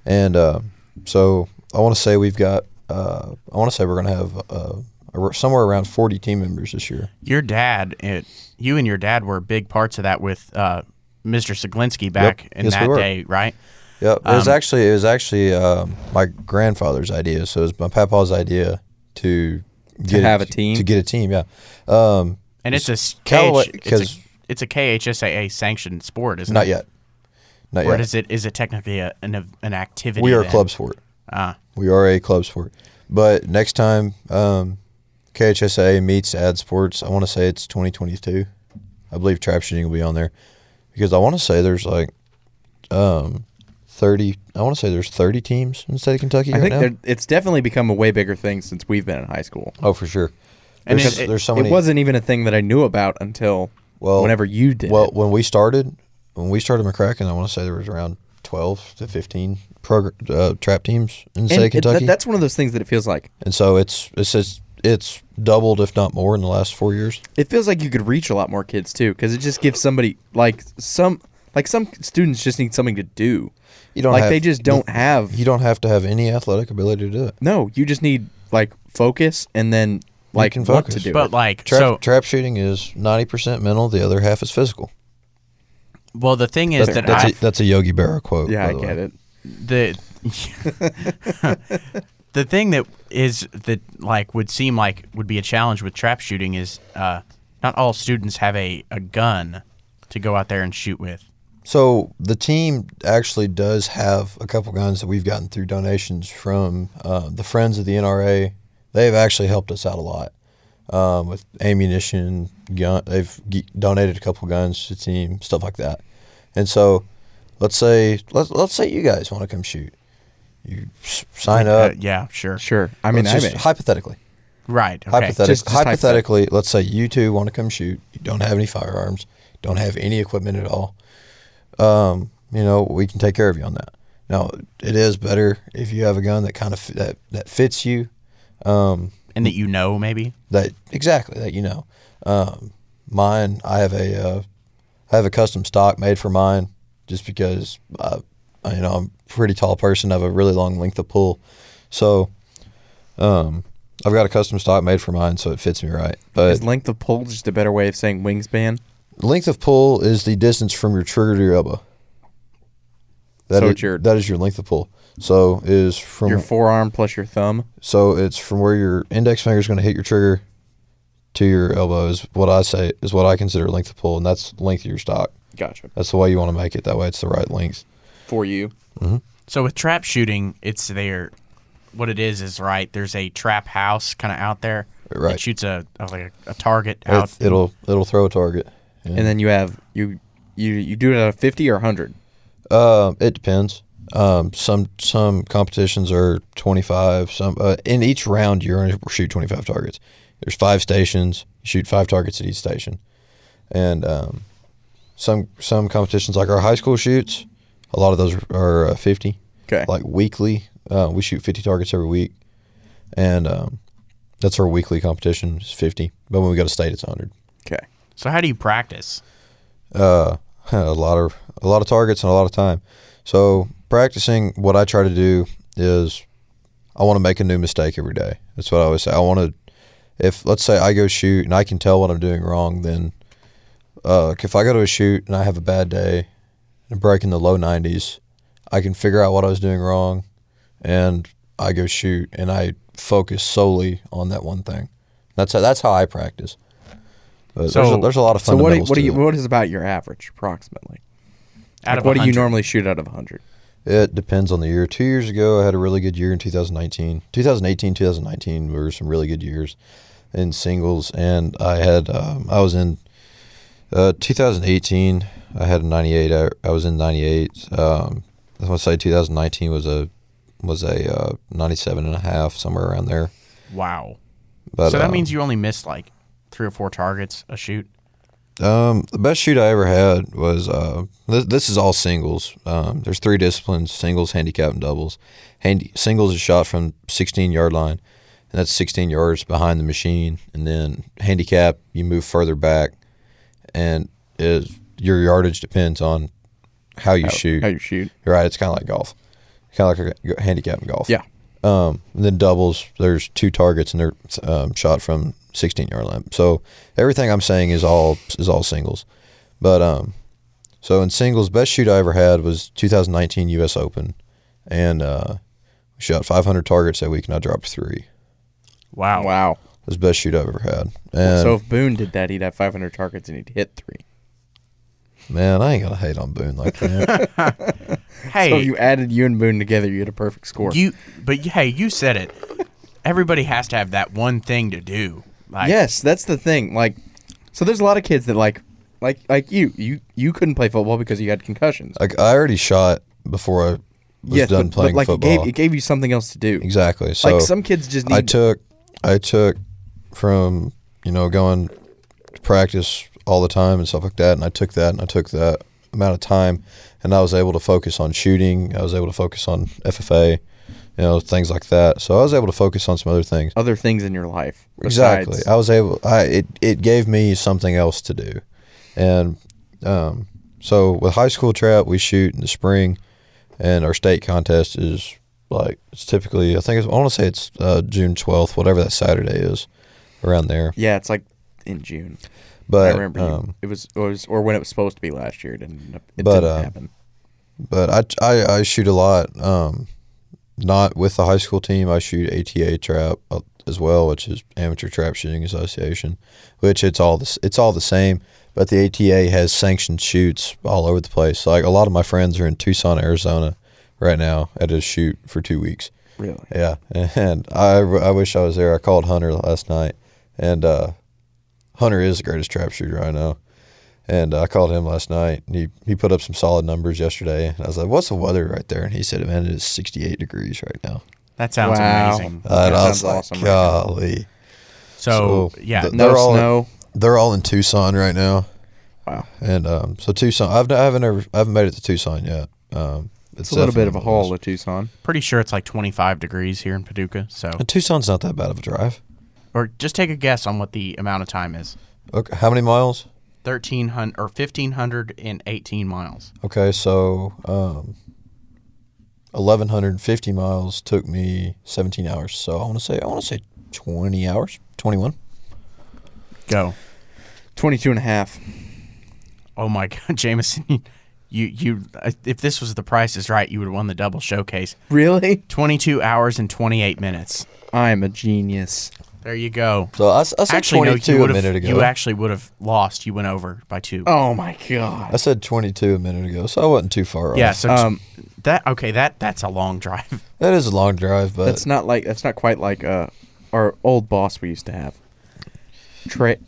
Speaker 3: and uh, so I want to say we've got uh, I want to say we're going to have uh, ar- somewhere around forty team members this year.
Speaker 1: Your dad, it, you and your dad were big parts of that with uh, Mr. Siglinski back in
Speaker 3: Yes, we
Speaker 1: that
Speaker 3: were.
Speaker 1: day, right?
Speaker 3: Yep, it was
Speaker 1: Um,
Speaker 3: actually it was actually um, my grandfather's idea. So it was my papa's idea to get
Speaker 2: have a team?
Speaker 3: to get a team. Yeah, um,
Speaker 1: And it's a s-
Speaker 3: Callaway-
Speaker 1: KH it's
Speaker 3: 'cause-
Speaker 1: a, it's a KHSAA sanctioned sport, isn't
Speaker 3: not
Speaker 1: it?
Speaker 3: yet, not
Speaker 1: Or
Speaker 3: yet.
Speaker 1: is it is it technically a, an an activity?
Speaker 3: we are a
Speaker 1: then?
Speaker 3: club sport.
Speaker 1: Ah,
Speaker 3: We are a club sport. But next time um, KHSA meets Ad Sports, I want to say it's 2022. I believe trap shooting will be on there because I want to say there's like um, 30. I want to say there's 30 teams in the state of Kentucky
Speaker 2: I
Speaker 3: right
Speaker 2: think
Speaker 3: now.
Speaker 2: there- it's definitely become a way bigger thing since we've been in high school.
Speaker 3: Oh, for sure.
Speaker 1: And
Speaker 3: there's,
Speaker 1: it- it-
Speaker 3: there's so
Speaker 2: It
Speaker 3: many.
Speaker 2: wasn't even a thing that I knew about until
Speaker 3: Well-
Speaker 2: whenever you did.
Speaker 3: well,
Speaker 2: it.
Speaker 3: when we started, when we started McCracken, I want to say there was around 12 to 15 progr- uh, trap teams in the
Speaker 2: And
Speaker 3: state of
Speaker 2: it- that-
Speaker 3: Kentucky.
Speaker 2: that's one of those things that it feels like.
Speaker 3: and so it's it's just, it's doubled, if not more, in the last four years.
Speaker 2: It feels like you could reach a lot more kids too, because it just gives somebody like some like some students just need something to do.
Speaker 3: You don't
Speaker 2: like
Speaker 3: have-
Speaker 2: they just don't have
Speaker 3: You don't have to have any athletic ability to do it.
Speaker 2: no. You just need like focus and then like
Speaker 3: can
Speaker 2: want to
Speaker 3: focus.
Speaker 2: do
Speaker 1: but
Speaker 2: it.
Speaker 1: like
Speaker 3: Trap,
Speaker 1: so.
Speaker 3: trap shooting is 90% mental, the other half is physical.
Speaker 1: Well, the thing is
Speaker 3: That-
Speaker 1: that
Speaker 3: that's,
Speaker 1: I
Speaker 3: a, that's a Yogi Berra quote.
Speaker 2: yeah,
Speaker 3: by
Speaker 2: I
Speaker 3: the
Speaker 2: get
Speaker 3: way.
Speaker 2: it.
Speaker 1: the (laughs) the thing that is that like would seem like would be a challenge with trap shooting is uh, not all students have a, a gun to go out there and shoot with.
Speaker 3: So the team actually does have a couple guns that we've gotten through donations from uh, the friends of the NRA. They've actually helped us out a lot um, with ammunition, gun. They've g- donated a couple guns to the team, stuff like that. And so, let's say let's let's say you guys want to come shoot. You s- sign
Speaker 1: Uh,
Speaker 3: up.
Speaker 1: yeah, sure.
Speaker 2: Sure. I mean,
Speaker 3: Let's
Speaker 2: I
Speaker 3: just-
Speaker 2: may.
Speaker 3: hypothetically.
Speaker 1: Right. Okay.
Speaker 3: Hypothetic-
Speaker 2: Just- just
Speaker 3: hypothetically, let's say you two want to come shoot. You don't have any firearms, don't have any equipment at all. Um, you know, we can take care of you on that. Now, it is better if you have a gun that kind of f- that, that fits you.
Speaker 1: And that you know maybe.
Speaker 3: That exactly that you know. Um, mine, I have a uh, I have a custom stock made for mine, just because I, I- you know, I'm a pretty tall person. I have a really long length of pull, so. Um, I've got a custom stock made for mine, so it fits me right. But
Speaker 2: Is length of pole just a better way of saying wingspan?
Speaker 3: Length of pull is the distance from your trigger to your elbow. That
Speaker 2: So
Speaker 3: is-
Speaker 2: it's your-
Speaker 3: that is your length of pull. So is from
Speaker 2: Your forearm plus your thumb.
Speaker 3: so it's from where your index finger is going to hit your trigger to your elbow is what I say is what I consider length of pull, and that's length of your stock.
Speaker 2: Gotcha.
Speaker 3: That's the way you want to make it. That way, it's the right length.
Speaker 2: For you.
Speaker 1: So with trap shooting, it's there. What it is is right. There's a trap house kind of out there.
Speaker 3: Right.
Speaker 1: It shoots a, a like a, target out.
Speaker 3: It, will it'll throw a target. Yeah.
Speaker 2: And then you have you you you do it at a fifty or hundred.
Speaker 3: Um, it depends. Um, some some competitions are twenty five. Some uh, in each round you're going to shoot twenty five targets. There's five stations. You shoot five targets at each station, and um, some some competitions like our high school shoots. A lot of those are uh, fifty.
Speaker 2: Okay.
Speaker 3: Like weekly, uh, we shoot fifty targets every week, and um, that's our weekly competition. It's fifty, but when we go to state, it's hundred.
Speaker 2: Okay.
Speaker 1: so how do you practice?
Speaker 3: uh, (laughs) a lot of a lot of targets and a lot of time. So practicing, what I try to do is, I want to make a new mistake every day. That's what I always say. I want to, if let's say I go shoot and I can tell what I'm doing wrong, then uh, if I go to a shoot and I have a bad day, and break in the low 90s, I can figure out what I was doing wrong, and I go shoot and I focus solely on that one thing. That's how, that's how I practice. But there's,
Speaker 1: So-
Speaker 3: a, there's a lot of
Speaker 2: So what do,
Speaker 3: fundamentals.
Speaker 2: what do
Speaker 3: to
Speaker 2: you
Speaker 3: it.
Speaker 2: what is about your average approximately?
Speaker 1: Out
Speaker 2: Like,
Speaker 1: of
Speaker 2: what do you
Speaker 1: 100?
Speaker 2: normally shoot out of hundred?
Speaker 3: It depends on the year. Two years ago, I had a really good year in 2019. 2018, 2019 were some really good years in singles, and I had um, I was in uh, 2018. I had a 98. I, I was in 98. Um, I want to say 2019 was a was a uh, 97 and a half, somewhere around there.
Speaker 1: Wow.
Speaker 3: But
Speaker 1: so that
Speaker 3: um,
Speaker 1: means you only missed like three or four targets a shoot.
Speaker 3: Um, the best shoot I ever had was uh, th- this is all singles. Um, there's three disciplines: singles, handicap, and doubles. Handy singles is shot from 16 yard line, and that's 16 yards behind the machine. And then handicap, you move further back, and is your yardage depends on how you shoot.
Speaker 2: How you shoot?
Speaker 3: Right, it's kind of like golf, kind of like a g- handicap in golf.
Speaker 2: Yeah.
Speaker 3: Um, and then doubles, there's two targets and they're um, shot from 16 yard line. So everything I'm saying is all is all singles. But um, so in singles, best shoot I ever had was 2019 U.S. Open, and uh, we shot 500 targets that week and I dropped three.
Speaker 1: Wow.
Speaker 2: Wow.
Speaker 3: That's the best shoot I've ever had. And
Speaker 2: so if Boone did that, he'd have 500 targets and he'd hit three.
Speaker 3: man, I ain't gonna hate on Boone like that. (laughs)
Speaker 1: Hey,
Speaker 2: So if you added you and Boone together, you had a perfect score.
Speaker 1: You, but hey, you said it. Everybody has to have that one thing to do. Like,
Speaker 2: yes, that's the thing. Like, so there's a lot of kids that like, like, like you, you, you couldn't play football because you had concussions.
Speaker 3: like I already shot before I was
Speaker 2: yes,
Speaker 3: done
Speaker 2: but,
Speaker 3: playing
Speaker 2: but like
Speaker 3: football.
Speaker 2: it gave it gave you something else to do.
Speaker 3: Exactly. So
Speaker 2: Like some kids just need.
Speaker 3: I took I took from you know going to practice all the time and stuff like that, and I took that and I took that amount of time, and I was able to focus on shooting. I was able to focus on FFA, you know, things like that. So I was able to focus on some other things.
Speaker 2: other things in your life. besides-
Speaker 3: Exactly. I was able. I it it gave me something else to do, and um, so with high school trap, we shoot in the spring, and our state contest is like it's typically I think it's, I want to say it's uh, June twelfth, whatever that Saturday is, around there.
Speaker 2: Yeah, it's like in June.
Speaker 3: But
Speaker 2: I remember you-
Speaker 3: um,
Speaker 2: it was or it was or when it was supposed to be last year. It didn't. end up- It
Speaker 3: But,
Speaker 2: didn't
Speaker 3: uh,
Speaker 2: happen.
Speaker 3: but I, I I shoot a lot. Um, not with the high school team. I shoot ATA trap uh, as well, which is Amateur Trap Shooting Association, which it's all this it's all the same. But the ATA has sanctioned shoots all over the place. Like a lot of my friends are in Tucson, Arizona, right now at a shoot for two weeks.
Speaker 2: Really?
Speaker 3: Yeah, and I, I wish I was there. I called Hunter last night, and uh, Hunter is the greatest trap shooter I know. And I called him last night, and he, he put up some solid numbers yesterday. And I was like, "What's the weather right there?" And he said, "Man, it is 68 degrees right now."
Speaker 1: that sounds
Speaker 2: Wow.
Speaker 1: amazing.
Speaker 2: That
Speaker 3: and I was
Speaker 2: sounds
Speaker 3: like,
Speaker 2: awesome right now.
Speaker 3: "Golly!"
Speaker 1: So,
Speaker 3: So,
Speaker 1: yeah,
Speaker 3: the-
Speaker 2: No
Speaker 3: They're all-
Speaker 2: snow.
Speaker 3: They're all in Tucson right now,
Speaker 2: Wow.
Speaker 3: and um, so Tucson. I've I haven't ever I haven't made it to Tucson yet. Um,
Speaker 2: It's a little bit of a
Speaker 3: definitely one
Speaker 2: haul
Speaker 3: those-
Speaker 2: to Tucson.
Speaker 1: pretty sure it's like 25 degrees here in Paducah. So,
Speaker 3: And Tucson's not that bad of a drive.
Speaker 1: or just take a guess on what the amount of time is.
Speaker 3: Okay, how many miles?
Speaker 1: 1300 or 1518 miles.
Speaker 3: Okay, so um, 1150 miles took me 17 hours. So I want to say I want to say 20 hours, 21.
Speaker 1: Go.
Speaker 2: 22 and a half. (laughs)
Speaker 1: Oh my (laughs) god, Jameson, you you uh, if this was the price is right, you would have won the double showcase.
Speaker 2: Really?
Speaker 1: 22 hours and 28 minutes.
Speaker 2: I am a genius.
Speaker 1: There you go.
Speaker 3: So I, s- I said
Speaker 1: Actually, no,
Speaker 3: 22
Speaker 1: you
Speaker 3: a
Speaker 1: would
Speaker 3: minute
Speaker 1: have.
Speaker 3: ago.
Speaker 1: You actually would have lost. You went over by two.
Speaker 2: Oh my god.
Speaker 3: I said 22 a minute ago, so I wasn't too far off.
Speaker 1: Yeah, so t-
Speaker 2: Um,
Speaker 1: that okay, that that's a long
Speaker 2: (laughs)
Speaker 1: drive.
Speaker 3: that is a long drive, but
Speaker 2: That's not like that's not quite like uh our old boss we used to have. Trey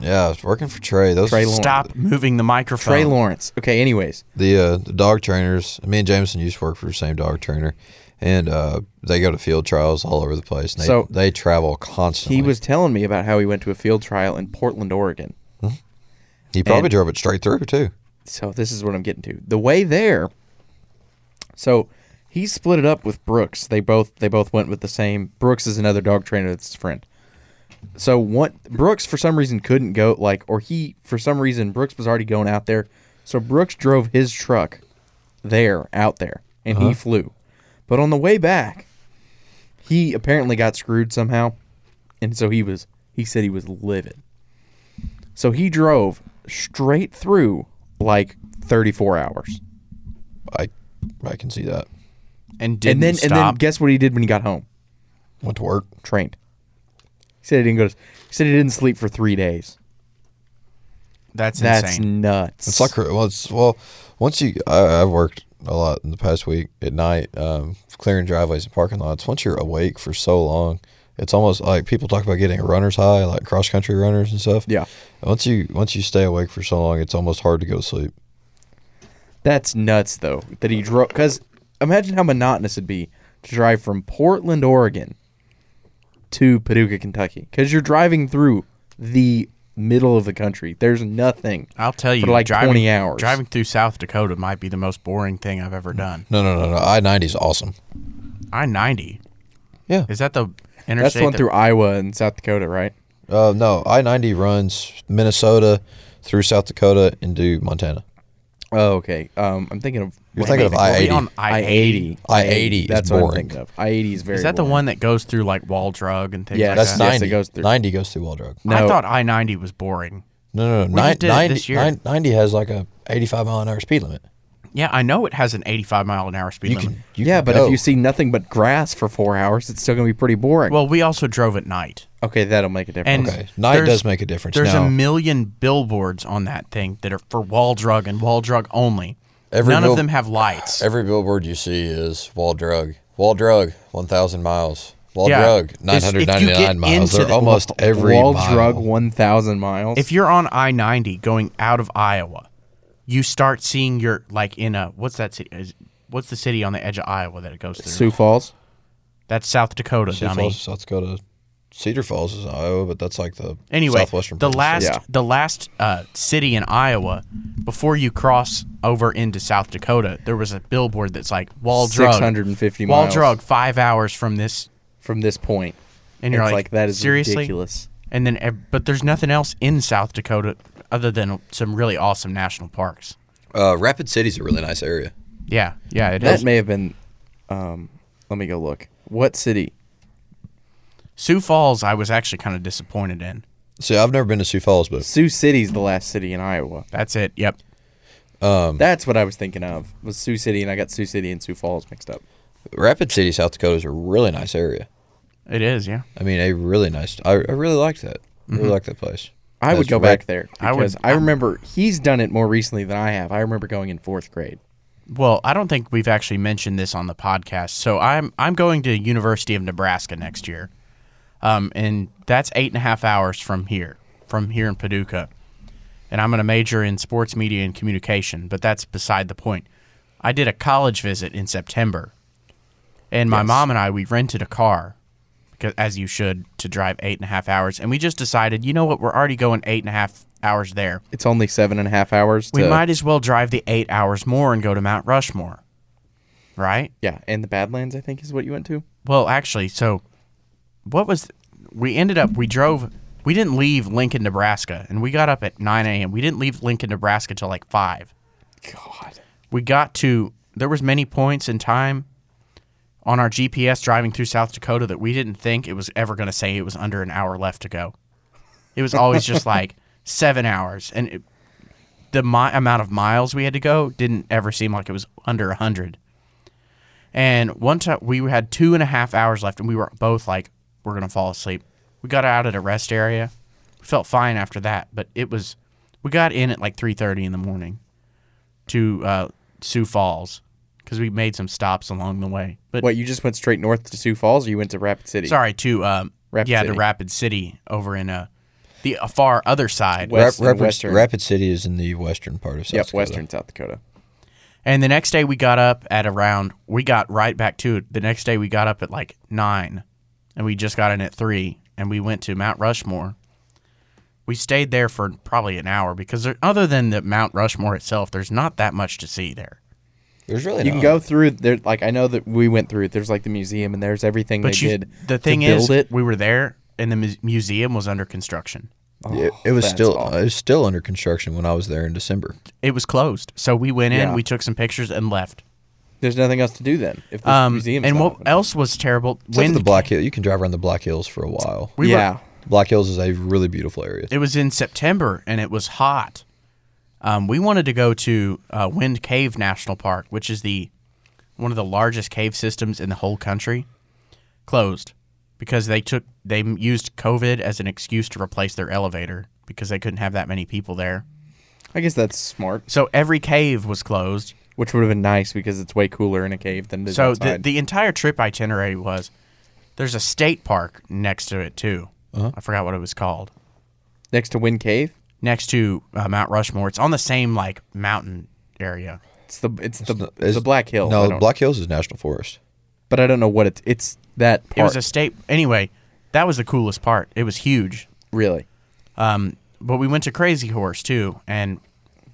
Speaker 3: yeah, I was working for Trey. Those
Speaker 2: Trey Lawrence.
Speaker 1: Stop moving the microphone.
Speaker 3: Um,
Speaker 2: Trey Lawrence. Okay, anyways.
Speaker 3: the uh, the dog trainers. Me and Jameson used to work for the same dog trainer, and uh, they go to field trials all over the place. And they,
Speaker 2: So-
Speaker 3: they travel constantly.
Speaker 2: He was telling me about how he went to a field trial in Portland, Oregon.
Speaker 3: he probably
Speaker 2: and-
Speaker 3: drove it straight through too.
Speaker 2: So this is what I'm getting to. The way there. So he split it up with Brooks. They both they both went with the same. Brooks is another dog trainer that's his friend. So what Brooks for some reason couldn't go like or he for some reason Brooks was already going out there. So Brooks drove his truck there out there and he flew. But on the way back he apparently got screwed somehow. And so he was he said he was livid. So he drove straight through like 34 hours.
Speaker 3: I I can see that.
Speaker 1: and didn't
Speaker 2: and then
Speaker 1: stop.
Speaker 2: and then guess what he did when he got home?
Speaker 3: Went to work.
Speaker 2: Trained. He said he didn't go to he said he didn't sleep for 3 days.
Speaker 1: that's,
Speaker 2: That's
Speaker 1: insane.
Speaker 2: nuts.
Speaker 3: It's like well, it's, well once you I, I've worked a lot in the past week at night, um, clearing driveways and parking lots. Once you're awake for so long, it's almost like people talk about getting a runner's high, like cross country runners and stuff.
Speaker 2: Yeah.
Speaker 3: Once you once you stay awake for so long, it's almost hard to go to sleep.
Speaker 2: That's nuts though that he drove cuz imagine how monotonous it'd be to drive from Portland, Oregon to Paducah, Kentucky because you're driving through the middle of the country. There's nothing.
Speaker 1: I'll tell you,
Speaker 2: like
Speaker 1: driving,
Speaker 2: 20 hours. Mm.
Speaker 1: Driving through South Dakota might be the most boring thing I've ever done.
Speaker 3: No, no, no, no. I ninety is awesome.
Speaker 1: I ninety.
Speaker 3: Yeah.
Speaker 1: Is that the interstate?
Speaker 2: That's the one
Speaker 1: that-
Speaker 2: through Iowa and South Dakota, right?
Speaker 3: Uh, no, I ninety runs Minnesota through South Dakota into Montana.
Speaker 2: Oh, okay. Um, I'm thinking of
Speaker 3: You're thinking of
Speaker 1: Are we
Speaker 3: I-80.
Speaker 1: on I eighty.
Speaker 3: I-80 is
Speaker 2: That's what I'm
Speaker 3: boring.
Speaker 2: thinking of. I eighty is very.
Speaker 1: Is that the
Speaker 2: boring.
Speaker 1: one that goes through like Wall Drug and things
Speaker 2: Yeah,
Speaker 1: like
Speaker 3: That's
Speaker 1: that?
Speaker 2: Yes, it
Speaker 3: ninety.
Speaker 2: goes through.
Speaker 3: Ninety goes through Wall Drug.
Speaker 1: I
Speaker 2: No.
Speaker 1: thought I ninety was boring.
Speaker 3: No, no, no.
Speaker 1: just did it
Speaker 3: 90,
Speaker 1: this year.
Speaker 3: 90 has like a eighty-five mile an hour speed limit.
Speaker 1: Yeah, I know it has an eighty-five mile an hour speed
Speaker 3: You
Speaker 1: limit.
Speaker 3: can, you
Speaker 2: yeah,
Speaker 3: can
Speaker 2: but
Speaker 3: go.
Speaker 2: if you see nothing but grass for four hours, it's still gonna be pretty boring.
Speaker 1: Well, we also drove at night,
Speaker 2: okay, that'll make a
Speaker 1: and
Speaker 2: difference.
Speaker 3: Okay. Night
Speaker 1: there's-
Speaker 3: does make a difference.
Speaker 1: There's
Speaker 3: Now-
Speaker 1: a million billboards on that thing that are for Wall Drug and Wall Drug only.
Speaker 3: Every
Speaker 1: None of
Speaker 3: bill-
Speaker 1: them have lights.
Speaker 3: Every billboard you see is wall drug, wall drug, one thousand miles, wall
Speaker 1: Yeah.
Speaker 3: drug, nine
Speaker 1: It's- if you
Speaker 3: hundred
Speaker 1: get
Speaker 3: ninety nine miles.
Speaker 1: into
Speaker 3: They're
Speaker 1: the-
Speaker 3: almost every
Speaker 2: Wall
Speaker 3: mile.
Speaker 2: drug one thousand miles.
Speaker 1: if you're on I ninety going out of Iowa, you start seeing your like in a what's that city? Is, what's the city on the edge of Iowa that it goes through?
Speaker 2: Sioux Falls.
Speaker 1: That's South Dakota,
Speaker 3: Sioux
Speaker 1: dummy.
Speaker 3: Falls, South Dakota, Cedar Falls is in Iowa, but that's like the
Speaker 1: Anyway,
Speaker 3: southwestern.
Speaker 1: the
Speaker 3: part of
Speaker 1: last
Speaker 2: Yeah.
Speaker 1: the last uh, city in Iowa before you cross over into South Dakota, there was a billboard that's like Wall Drug,
Speaker 2: 650
Speaker 1: Wall
Speaker 2: miles.
Speaker 1: Drug, five hours from this,
Speaker 2: From this point,
Speaker 1: and you're
Speaker 2: It's
Speaker 1: like,
Speaker 2: like, that is
Speaker 1: seriously.
Speaker 2: ridiculous.
Speaker 1: And then, ev- but there's nothing else in South Dakota other than some really awesome national parks.
Speaker 3: state. Uh, Rapid City's a really nice area.
Speaker 1: Yeah, yeah, it is.
Speaker 2: That may have been. Um, let me go look. What city?
Speaker 1: Sioux Falls, I was actually kind of disappointed in.
Speaker 3: See, I've never been to Sioux Falls, but
Speaker 2: Sioux City's the last city in Iowa.
Speaker 1: That's it. Yep.
Speaker 2: That's what I was thinking of. Was Sioux City, and I got Sioux City and Sioux Falls mixed up.
Speaker 3: Rapid City, South Dakota is a really nice area.
Speaker 1: It is, yeah.
Speaker 3: I mean, a really nice. I, I really like that. I
Speaker 1: Mm-hmm.
Speaker 3: Really like that place.
Speaker 2: I would
Speaker 3: That's
Speaker 2: go
Speaker 3: right-
Speaker 2: back there
Speaker 1: I would-
Speaker 2: because I, remember he's done it more recently than I have. I remember going in fourth grade.
Speaker 1: Well, I don't think we've actually mentioned this on the podcast. So I'm I'm going to University of Nebraska next year, um, and that's eight and a half hours from here, from here in Paducah, and I'm going to major in sports media and communication. But that's beside the point. I did a college visit in September, and my mom and I we rented a car, because as you should to drive eight and a half hours, and we just decided, you know what, we're already going eight and a half hours there.
Speaker 2: It's only seven and a half hours. To,
Speaker 1: We might as well drive the eight hours more and go to Mount Rushmore, right?
Speaker 2: yeah, and the Badlands I think is what you went to.
Speaker 1: Well, actually, so what was we ended up? We drove. We didn't leave Lincoln, Nebraska, and we got up at 9 a.m. We didn't leave Lincoln, Nebraska till like five.
Speaker 2: God,
Speaker 1: We got to there was many points in time on our GPS driving through South Dakota that we didn't think it was ever going to say it was under an hour left to go. It was always just like seven hours, and it, the mi- amount of miles we had to go didn't ever seem like it was under a hundred. And one time we had two and a half hours left, and we were both like, "We're gonna fall asleep." We got out at a rest area. We felt fine after that, but it was we got in at like three thirty in the morning to uh, Sioux Falls because we made some stops along the way. But
Speaker 2: what you just went straight north to Sioux Falls, or you went to Rapid City?
Speaker 1: sorry to um,
Speaker 2: Rapid
Speaker 1: yeah to
Speaker 2: City.
Speaker 1: Rapid City over in uh, the uh, far other side.
Speaker 2: West and
Speaker 3: Rapid,
Speaker 2: western.
Speaker 3: Rapid City is in the western part of South
Speaker 2: Yep,
Speaker 3: Dakota.
Speaker 2: Western South Dakota.
Speaker 1: And the next day we got up at around we got right back to it. The next day we got up at like nine and we just got in at three and we went to Mount Rushmore. We stayed there for probably an hour because there, other than the Mount Rushmore itself, there's not that much to see there.
Speaker 3: There's really
Speaker 2: You
Speaker 3: not
Speaker 2: can
Speaker 3: a
Speaker 2: go through there. Like I know that we went through. There's like the museum, and there's everything
Speaker 1: But
Speaker 2: they
Speaker 1: you,
Speaker 2: did.
Speaker 1: the thing
Speaker 2: to
Speaker 1: is,
Speaker 2: build it.
Speaker 1: we were there and the mu- museum was under construction.
Speaker 3: it, it was
Speaker 2: Oh, that's
Speaker 3: still
Speaker 2: awful.
Speaker 3: it was still under construction when I was there in December.
Speaker 1: It was closed, so we went in,
Speaker 2: Yeah.
Speaker 1: we took some pictures, and left.
Speaker 2: There's nothing else to do then. If the
Speaker 1: Um,
Speaker 2: museum
Speaker 1: and what else was terrible?
Speaker 3: Except
Speaker 1: Wind
Speaker 3: for the Black Hill, you can drive around the Black Hills for a while.
Speaker 1: we were-
Speaker 2: yeah,
Speaker 3: Black Hills is a really beautiful area.
Speaker 1: it was in September and it was hot. Um, we wanted to go to uh, Wind Cave National Park, which is the one of the largest cave systems in the whole country. Closed because they took they used COVID as an excuse to replace their elevator because they couldn't have that many people there.
Speaker 2: I guess that's smart.
Speaker 1: So every cave was closed.
Speaker 2: Which would have been nice because it's way cooler in a cave than it is
Speaker 1: So the,
Speaker 2: outside.
Speaker 1: the entire trip itinerary was there's a state park next to it too.
Speaker 3: Uh-huh.
Speaker 1: I forgot what it was called.
Speaker 2: Next to Wind Cave,
Speaker 1: Next to uh, Mount Rushmore. It's on the same like mountain area.
Speaker 2: it's the it's, the
Speaker 3: It's-
Speaker 2: the Black Hill. I
Speaker 3: No,
Speaker 2: don't-
Speaker 3: Black Hills is national forest.
Speaker 2: but I don't know what it's. It's that part.
Speaker 1: It was a state. Anyway, that was the coolest part. It was huge.
Speaker 2: really.
Speaker 1: Um, but we went to Crazy Horse too, and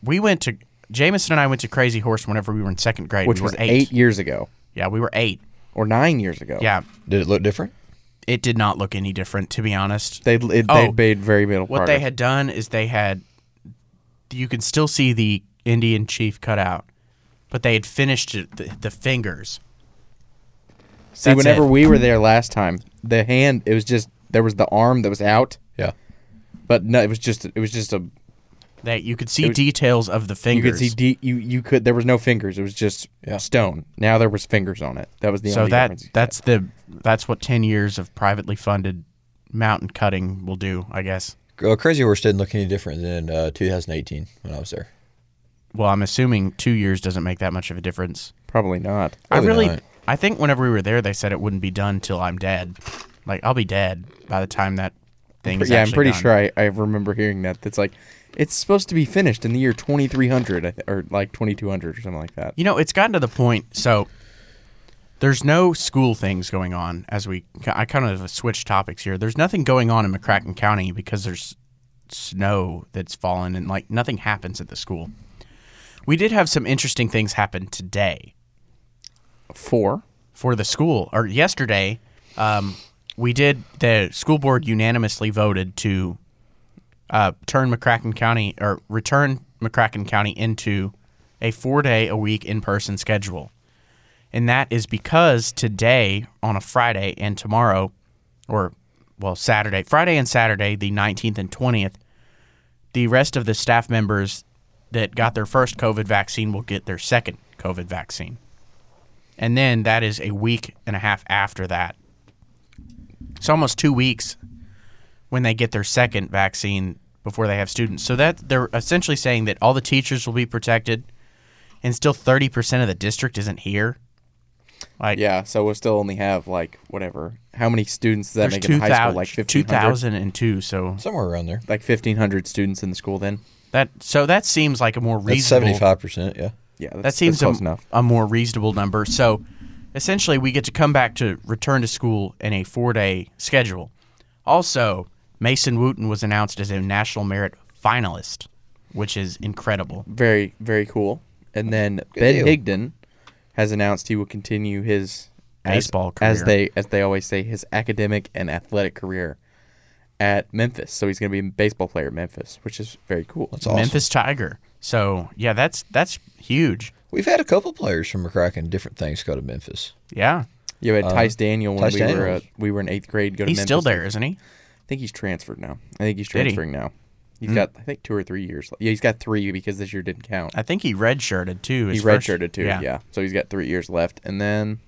Speaker 1: we went to Jameson and I went to Crazy Horse whenever we were in second grade.
Speaker 2: Which
Speaker 1: we were
Speaker 2: was eight. years ago
Speaker 1: Yeah, we were eight.
Speaker 2: or nine years ago.
Speaker 1: Yeah,
Speaker 3: Did it look different?
Speaker 1: it did not look any different, to be honest.
Speaker 2: They it,
Speaker 1: Oh.
Speaker 2: they made very middle
Speaker 1: what
Speaker 2: part.
Speaker 1: they had done is they had, you can still see the Indian chief cutout, but they had finished it, the, the fingers.
Speaker 2: See,
Speaker 1: That's
Speaker 2: whenever
Speaker 1: it.
Speaker 2: we were there last time, the hand it was just there was the arm that was out,
Speaker 3: Yeah.
Speaker 2: but no, it was just it was just a
Speaker 1: that you could see
Speaker 2: was-
Speaker 1: details of the
Speaker 2: you
Speaker 1: fingers.
Speaker 2: could see de- you you could there was no fingers. It was just
Speaker 3: Yeah.
Speaker 2: stone. Now there was fingers on it. That was the
Speaker 1: so
Speaker 2: only
Speaker 1: that
Speaker 2: difference.
Speaker 1: that's the that's what ten years of privately funded mountain cutting will do, I guess.
Speaker 3: Uh, Crazy Horse didn't look any different than uh, 2018 when I was there.
Speaker 1: Well, I'm assuming two years doesn't make that much of a difference.
Speaker 2: probably not.
Speaker 1: I
Speaker 3: Probably
Speaker 1: really,
Speaker 3: not.
Speaker 1: I think whenever we were there, they said it wouldn't be done till I'm dead. Like I'll be dead by the time that thing is.
Speaker 2: yeah, I'm
Speaker 1: actually
Speaker 2: pretty
Speaker 1: done.
Speaker 2: sure I, I remember hearing that. That's like it's supposed to be finished in the year 2300 I th- or like 2200 or something like that.
Speaker 1: You know, it's gotten to the point. So there's no school things going on as we. I kind of switch topics here. There's nothing going on in McCracken County because there's snow that's fallen and like nothing happens at the school. We did have some interesting things happen today
Speaker 2: Four.
Speaker 1: for the school or yesterday. Um, we did the school board unanimously voted to uh, turn McCracken County or return McCracken County into a four day a week in person schedule. And that is because today, on a Friday and tomorrow, or well, Saturday, Friday and Saturday, the 19th and 20th, the rest of the staff members that got their first COVID vaccine will get their second COVID vaccine. And then that is a week and a half after that. It's almost two weeks when they get their second vaccine before they have students. So that they're essentially saying that all the teachers will be protected and still 30% of the district isn't here. Like
Speaker 2: Yeah, so we'll still only have like whatever. How many students does that
Speaker 1: there's
Speaker 2: make in high
Speaker 1: 2000
Speaker 2: school? Like 1500.
Speaker 1: 2002 so
Speaker 3: Somewhere around there.
Speaker 2: Like 1500 students in the school then.
Speaker 1: that so that seems like a more
Speaker 3: That's
Speaker 1: reasonable
Speaker 3: 75%. Yeah.
Speaker 2: Yeah, that's,
Speaker 1: that seems
Speaker 2: that's close
Speaker 1: a,
Speaker 2: enough.
Speaker 1: a more reasonable number. So essentially, we get to come back to return to school in a four day schedule. Also, Mason Wooten was announced as a National Merit finalist, which is incredible.
Speaker 2: Very, very cool. And then Ben
Speaker 3: deal.
Speaker 2: Higdon has announced he will continue his as-
Speaker 1: Baseball
Speaker 2: as
Speaker 1: career.
Speaker 2: they as they always say, his academic and athletic career at Memphis. So he's going to be a baseball player at Memphis, which is very cool.
Speaker 3: That's awesome.
Speaker 1: Memphis Tiger. So yeah, that's that's huge.
Speaker 3: We've had a couple players from McCracken, different things go to Memphis.
Speaker 1: Yeah,
Speaker 2: You had Tice Daniel when
Speaker 3: Tice
Speaker 2: we were uh,
Speaker 3: Uh, Daniels.
Speaker 2: we were in eighth grade. Go to
Speaker 1: he's
Speaker 2: Memphis.
Speaker 1: still there, isn't he?
Speaker 2: I think he's transferred now. I think he's
Speaker 1: he? Hmm.
Speaker 2: transferring now. He's got I think two or three years. le- Yeah, he's got three because this year didn't count.
Speaker 1: I think he redshirted too.
Speaker 2: He
Speaker 1: his first-
Speaker 2: redshirted too. Yeah. so he's got three years left. And then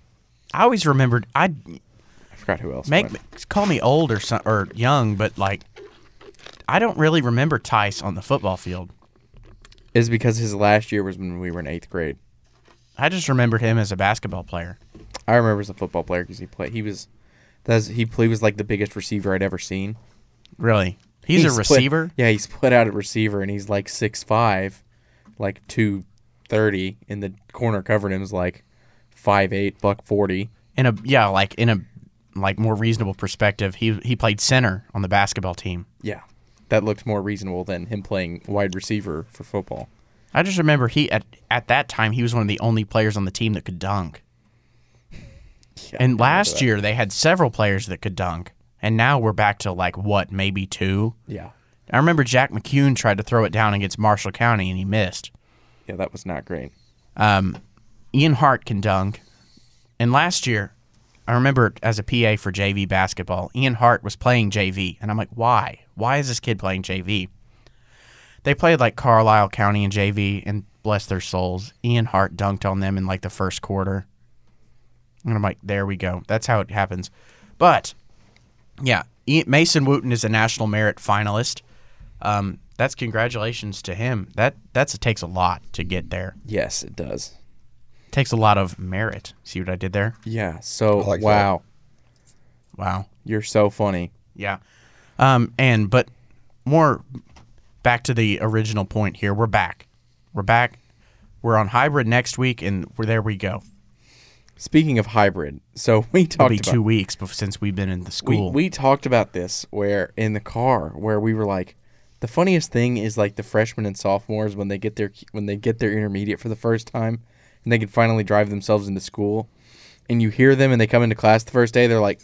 Speaker 1: I always remembered. I
Speaker 2: I forgot who else.
Speaker 1: make
Speaker 2: went.
Speaker 1: me, call me old or some, or young, but like I don't really remember Tice on the football field.
Speaker 2: is because his last year was when we were in eighth grade.
Speaker 1: I just remembered him as a basketball player.
Speaker 2: I remember as a football player because he played. He was that's he play was like the biggest receiver I'd ever seen.
Speaker 1: Really, he's,
Speaker 2: He
Speaker 1: a
Speaker 2: split-
Speaker 1: receiver.
Speaker 2: yeah, he split out at receiver, and he's like six five, like two thirty, and the corner covering him is like five eight, buck forty.
Speaker 1: In a yeah, like in a like more reasonable perspective, he he played center on the basketball team.
Speaker 2: Yeah, that looked more reasonable than him playing wide receiver for football.
Speaker 1: I just remember he at at that time he was one of the only players on the team that could dunk. and last year they had several players that could dunk, and now we're back to like what maybe two.
Speaker 2: Yeah,
Speaker 1: I remember Jack McCune tried to throw it down against Marshall County and he missed.
Speaker 2: yeah, that was not great.
Speaker 1: Ian Hart can dunk. And last year, I remember as a PA for JV basketball, Ian Hart was playing JV. And I'm like, why? Why is this kid playing JV? They played like Carlisle County and JV, and bless their souls, Ian Hart dunked on them in like the first quarter. And I'm like, there we go. That's how it happens. But yeah, Ian- Mason Wooten is a national merit finalist. Um, that's congratulations to him. That that's it takes a lot to get there
Speaker 2: Yes, it does.
Speaker 1: takes a lot of merit. See what I did there?
Speaker 2: Yeah. So
Speaker 3: like that.
Speaker 2: wow,
Speaker 1: Wow.
Speaker 2: you're so funny.
Speaker 1: Yeah. Um, and but more back to the original point here. We're back. We're back. We're on hybrid next week, and we're there. We go.
Speaker 2: Speaking of hybrid, so (laughs) we
Speaker 1: It'll
Speaker 2: talked
Speaker 1: be
Speaker 2: about
Speaker 1: two weeks bef- since we've been in the
Speaker 2: we,
Speaker 1: school.
Speaker 2: we talked about this where in the car where we were like the funniest thing is like the freshmen and sophomores when they get their when they get their intermediate for the first time and they can finally drive themselves into school and you hear them and they come into class the first day they're like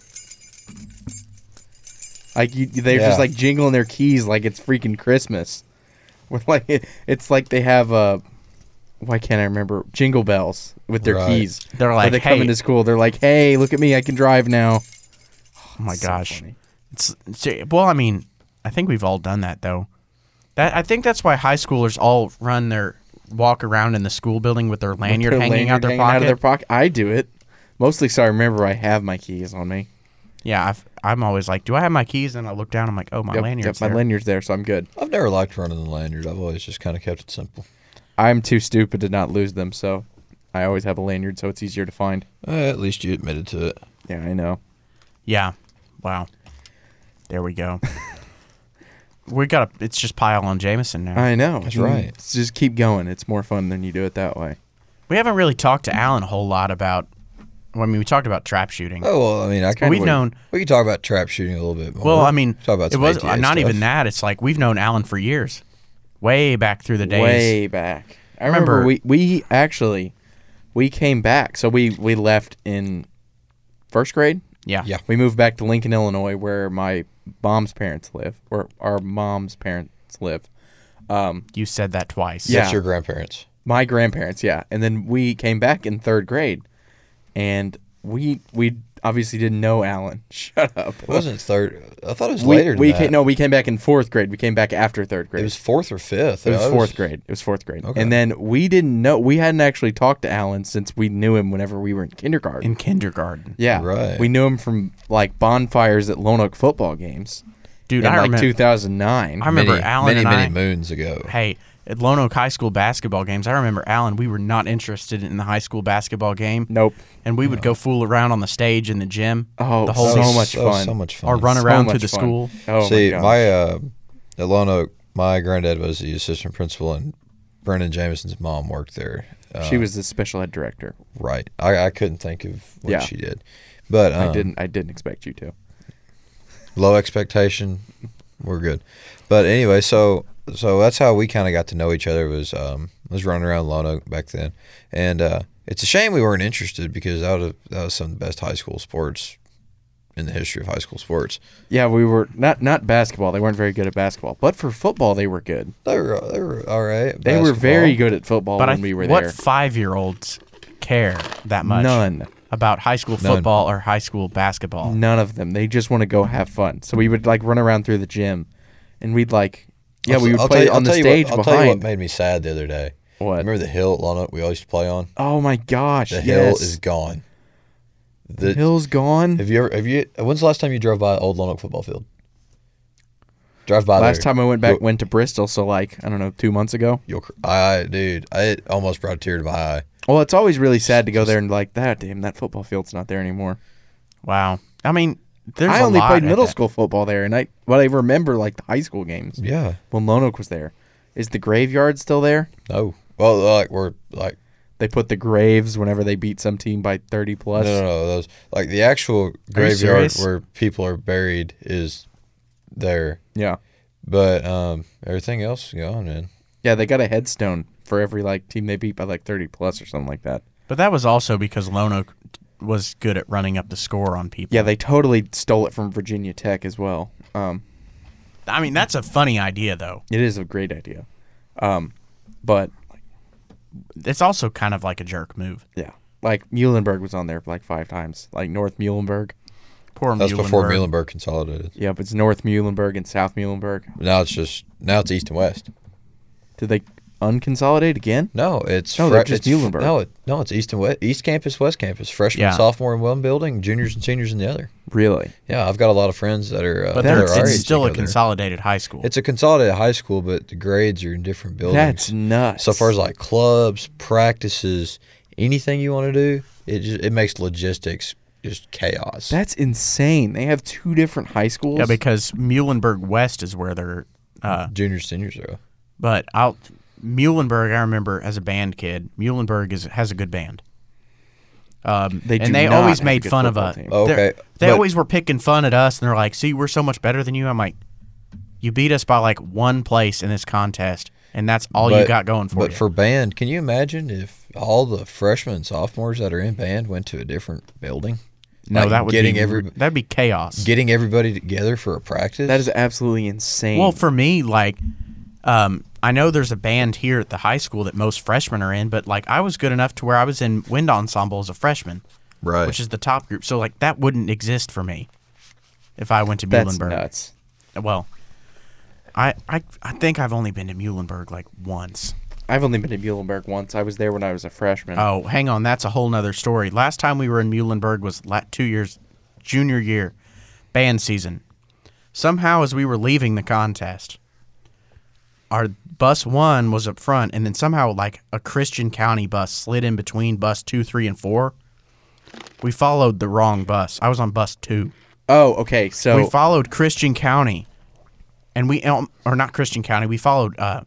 Speaker 2: like you, they're
Speaker 3: Yeah.
Speaker 2: just like jingling their keys like it's freaking christmas (laughs) We're like it, it's like they have uh why can't I remember jingle bells with their
Speaker 3: Right.
Speaker 2: keys?
Speaker 1: They're
Speaker 2: Or
Speaker 1: like,
Speaker 2: they come
Speaker 1: "Hey."
Speaker 2: into school. They're like, "Hey, look at me! I can drive now."
Speaker 1: oh my
Speaker 2: So
Speaker 1: gosh.
Speaker 2: funny.
Speaker 1: It's, it's- well, I mean, I think we've all done that though. That I think that's why high schoolers all run their walk around in the school building with their
Speaker 2: (laughs)
Speaker 1: lanyard
Speaker 2: Their
Speaker 1: hanging out
Speaker 2: lanyard
Speaker 1: their
Speaker 2: hanging
Speaker 1: pocket.
Speaker 2: of their pocket. I do it mostly so I remember I have my keys on me.
Speaker 1: yeah, I've, I'm always like, do I have my keys? And I look down, I'm like, oh, my
Speaker 2: Yep,
Speaker 1: lanyard's
Speaker 2: yep, my
Speaker 1: there.
Speaker 2: lanyard's there, so I'm good.
Speaker 3: I've never liked running the lanyard. I've always just kind of kept it simple.
Speaker 2: I'm too stupid to not lose them, so I always have a lanyard, so it's easier to find.
Speaker 3: Uh, at least you admitted to it.
Speaker 2: Yeah, I know.
Speaker 1: Yeah. Wow. There we go. (laughs) we got to, it's just pile on Jameson now.
Speaker 2: I know.
Speaker 3: That's right.
Speaker 2: Mm, Just keep going. It's more fun than you do it that way.
Speaker 1: We haven't really talked to Alan a whole lot about, well, I mean, we talked about trap shooting.
Speaker 3: Oh well, I mean, I
Speaker 1: We've known-
Speaker 3: We can talk about trap shooting a little bit more.
Speaker 1: well, I mean,
Speaker 3: talk about
Speaker 1: it
Speaker 3: some
Speaker 1: was uh,
Speaker 3: ATA
Speaker 1: not even
Speaker 3: stuff.
Speaker 1: that. It's like we've known Alan for years, way back through the days.
Speaker 2: Way back. I remember,
Speaker 1: Remember-
Speaker 2: we we actually we came back. So we we left in first grade.
Speaker 1: Yeah.
Speaker 3: Yeah.
Speaker 2: We moved back to Lincoln, Illinois, where my mom's parents live, or our mom's parents live.
Speaker 1: You said that twice.
Speaker 2: Yeah.
Speaker 3: That's your grandparents.
Speaker 2: my grandparents yeah and then we came back in third grade and we we obviously didn't know alan (laughs) shut up
Speaker 3: It wasn't third. I thought it was
Speaker 2: we,
Speaker 3: later. Than
Speaker 2: we
Speaker 3: that.
Speaker 2: came no we came back in fourth grade we came back after third grade
Speaker 3: It was fourth or fifth.
Speaker 2: It was
Speaker 3: I
Speaker 2: fourth grade it was fourth grade
Speaker 3: Okay.
Speaker 2: and then we didn't know we hadn't actually talked to alan since we knew him whenever we were in kindergarten
Speaker 1: In kindergarten.
Speaker 2: yeah
Speaker 3: Right.
Speaker 2: we knew him from like bonfires at lone oak football games
Speaker 1: Dude,
Speaker 2: in
Speaker 1: I,
Speaker 2: like
Speaker 1: remember,
Speaker 2: 2009
Speaker 1: I remember
Speaker 3: many,
Speaker 1: Alan
Speaker 3: many,
Speaker 1: and
Speaker 3: many
Speaker 1: I.
Speaker 3: moons ago.
Speaker 1: Hey, at Lone Oak High School basketball games, I remember Alan, we were not interested in the high school basketball game.
Speaker 2: nope
Speaker 1: And we would go fool around on the stage in the gym.
Speaker 2: Oh,
Speaker 1: the whole
Speaker 2: so
Speaker 1: day.
Speaker 2: much
Speaker 3: that was
Speaker 2: fun.
Speaker 3: So much fun.
Speaker 1: Or run
Speaker 3: So
Speaker 1: around
Speaker 2: so
Speaker 1: through
Speaker 2: much
Speaker 1: the
Speaker 2: fun.
Speaker 1: school.
Speaker 2: oh
Speaker 3: See,
Speaker 2: my,
Speaker 3: my,
Speaker 2: gosh.
Speaker 3: uh, at Lone Oak, my granddad was the assistant principal, and Brendan Jameson's mom worked there. Uh,
Speaker 2: she was the special ed director
Speaker 3: right. I, I couldn't think of what
Speaker 2: Yeah.
Speaker 3: she did, but um,
Speaker 2: i didn't i didn't expect you to
Speaker 3: low expectation. We're good. But anyway, so so that's how we kind of got to know each other was um, was running around Lone Oak back then, and uh, it's a shame we weren't interested because that was, that was some of the best high school sports in the history of high school sports.
Speaker 2: Yeah, we were not not basketball. They weren't very good at basketball, but for football, they were good.
Speaker 3: They were they were all right.
Speaker 2: They were very good at football
Speaker 1: But
Speaker 2: when
Speaker 1: I,
Speaker 2: we were
Speaker 1: what
Speaker 2: there.
Speaker 1: five-year-olds care that much?
Speaker 2: None,
Speaker 1: about high school
Speaker 3: None.
Speaker 1: football or high school basketball.
Speaker 2: none of them. They just want to go have fun. So we would like run around through the gym, and we'd like, yeah, we would play on the stage
Speaker 3: I'll tell you what
Speaker 2: behind.
Speaker 3: made me sad the other day.
Speaker 2: What?
Speaker 3: Remember the hill at Lone Oak we always used to play on?
Speaker 2: oh my gosh,
Speaker 3: The hill
Speaker 2: yes,
Speaker 3: is gone. The
Speaker 2: hill's gone.
Speaker 3: Have you ever? Have you? When's the last time you drove by old Lone Oak football field? Drive by
Speaker 2: Last
Speaker 3: there.
Speaker 2: time I went back,
Speaker 3: You'll-
Speaker 2: went to Bristol. So like, I don't know, two months ago.
Speaker 3: You'll, cr- I dude, I it almost brought a tear to my eye.
Speaker 2: Well, it's always really sad to go there and like that. Damn, that football field's not there anymore.
Speaker 1: Wow. I mean, there's
Speaker 2: I
Speaker 1: a
Speaker 2: only
Speaker 1: lot
Speaker 2: played
Speaker 1: at
Speaker 2: middle
Speaker 1: that.
Speaker 2: school football there, and I what I remember like the high school games.
Speaker 3: Yeah.
Speaker 2: when Lone Oak was there. Is the graveyard still there?
Speaker 3: No. Well, like we're like
Speaker 2: They put the graves whenever they beat some team by 30
Speaker 3: no,
Speaker 2: plus.
Speaker 3: no, no. Those like the actual graveyard
Speaker 1: serious?
Speaker 3: where people are buried is there,
Speaker 2: Yeah.
Speaker 3: but um, everything else is gone, man.
Speaker 2: Yeah, they got a headstone for every like team they beat by like 30 plus or something like that.
Speaker 1: But that was also because Lone Oak was good at running up the score on people.
Speaker 2: Yeah, they totally stole it from Virginia Tech as well. Um,
Speaker 1: I mean, that's a funny idea, though.
Speaker 2: it is a great idea. Um, but
Speaker 1: It's also kind of like a jerk move.
Speaker 2: yeah, like Muhlenberg was on there like five times, like North Muhlenberg.
Speaker 1: Poor
Speaker 3: That's
Speaker 1: Muhlenberg.
Speaker 3: before Muhlenberg consolidated.
Speaker 2: Yeah, but it's North Muhlenberg and South Muhlenberg.
Speaker 3: Now it's just now it's east and west.
Speaker 2: Did they unconsolidate again?
Speaker 3: No, it's
Speaker 2: No, they're just
Speaker 3: it's-
Speaker 2: Muhlenberg.
Speaker 3: No, it, no, it's east and west, east campus, west campus, freshman,
Speaker 1: Yeah.
Speaker 3: sophomore in one building, juniors and seniors in the other.
Speaker 2: Really?
Speaker 3: Yeah, I've got a lot of friends that are. Uh,
Speaker 1: But
Speaker 3: that
Speaker 1: they're-
Speaker 3: are our
Speaker 1: it's
Speaker 3: age
Speaker 1: still a
Speaker 3: that go there.
Speaker 1: consolidated high school.
Speaker 3: It's a consolidated high school, but the grades are in different buildings.
Speaker 2: That's nuts.
Speaker 3: So far as like clubs, practices, anything you want to do, it just it makes logistics just chaos.
Speaker 2: That's insane. They have two different high schools.
Speaker 1: yeah, because Muhlenberg West is where they're. Uh,
Speaker 3: Juniors, seniors, though.
Speaker 1: but I'll Muhlenberg. I remember as a band kid, Muhlenberg is has a good band. Um,
Speaker 2: They do
Speaker 1: and they
Speaker 2: not
Speaker 1: always
Speaker 2: have a
Speaker 1: made
Speaker 2: good
Speaker 1: fun of
Speaker 2: football
Speaker 1: us.
Speaker 2: team.
Speaker 1: They're-
Speaker 3: Okay,
Speaker 1: They
Speaker 3: but-
Speaker 1: always were picking fun at us, and they're like, "See, we're so much better than you." I'm like, "You beat us by like one place in this contest, and that's all you
Speaker 3: But-
Speaker 1: got going for
Speaker 3: But
Speaker 1: you."
Speaker 3: for band, can you imagine if all the freshmen and sophomores that are in band went to a different building?
Speaker 1: no,
Speaker 3: Like,
Speaker 1: that would
Speaker 3: getting
Speaker 1: be
Speaker 3: every
Speaker 1: that'd be chaos.
Speaker 3: getting everybody together for a practice.
Speaker 2: That is absolutely insane.
Speaker 1: Well, for me, like, um, I know there's a band here at the high school that most freshmen are in, but like, I was good enough to where I was in wind ensemble as a freshman,
Speaker 3: right.
Speaker 1: which is the top group. So like, that wouldn't exist for me if I went to
Speaker 2: that's
Speaker 1: Muhlenberg.
Speaker 2: nuts.
Speaker 1: Well, I, I I think I've only been to Muhlenberg like once.
Speaker 2: I've only been to Muhlenberg once. I was there when I was a freshman.
Speaker 1: Oh, hang on, that's a whole nother story. Last time we were in Muhlenberg was la- two years, junior year, band season. Somehow, as we were leaving the contest, our bus one was up front, and then somehow, like a Christian County bus slid in between bus two, three, and four. We followed the wrong bus. I was on bus two.
Speaker 2: Oh, okay. So
Speaker 1: we followed Christian County, and we um, or not Christian County. We followed uh,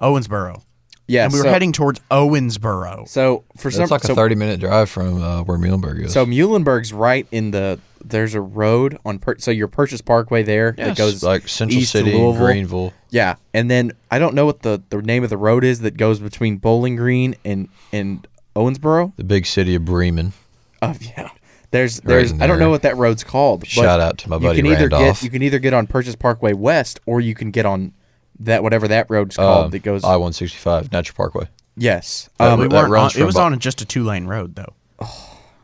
Speaker 1: Owensboro.
Speaker 2: yeah,
Speaker 1: and we were
Speaker 2: so-
Speaker 1: heading towards Owensboro.
Speaker 2: So for
Speaker 3: That's
Speaker 2: some,
Speaker 3: like a
Speaker 2: so,
Speaker 3: thirty-minute drive from uh, where Muhlenberg is.
Speaker 2: so Muhlenberg's right in the. There's a road on per, so your Purchase Parkway there
Speaker 3: Yes,
Speaker 2: that goes
Speaker 3: like Central
Speaker 2: east
Speaker 3: City
Speaker 2: to
Speaker 3: and
Speaker 2: Louisville.
Speaker 3: Greenville.
Speaker 2: Yeah, and then I don't know what the, the name of the road is that goes between Bowling Green and and Owensboro.
Speaker 3: the big city of Bremen.
Speaker 2: Oh (laughs) yeah. There's there's
Speaker 3: in
Speaker 2: I don't know
Speaker 3: there.
Speaker 2: what that road's called. But
Speaker 3: Shout out to my buddy
Speaker 2: you can either
Speaker 3: Randolph.
Speaker 2: Get, you can either get on Purchase Parkway West or you can get on that whatever that road's called that goes
Speaker 3: Um, I one sixty five Natural Parkway.
Speaker 2: yes.
Speaker 1: But
Speaker 2: Um,
Speaker 1: we
Speaker 3: that
Speaker 1: weren't.
Speaker 3: runs
Speaker 1: On, it
Speaker 3: from
Speaker 1: was
Speaker 3: Bo-
Speaker 1: on just a two lane road
Speaker 3: (sighs)
Speaker 1: though.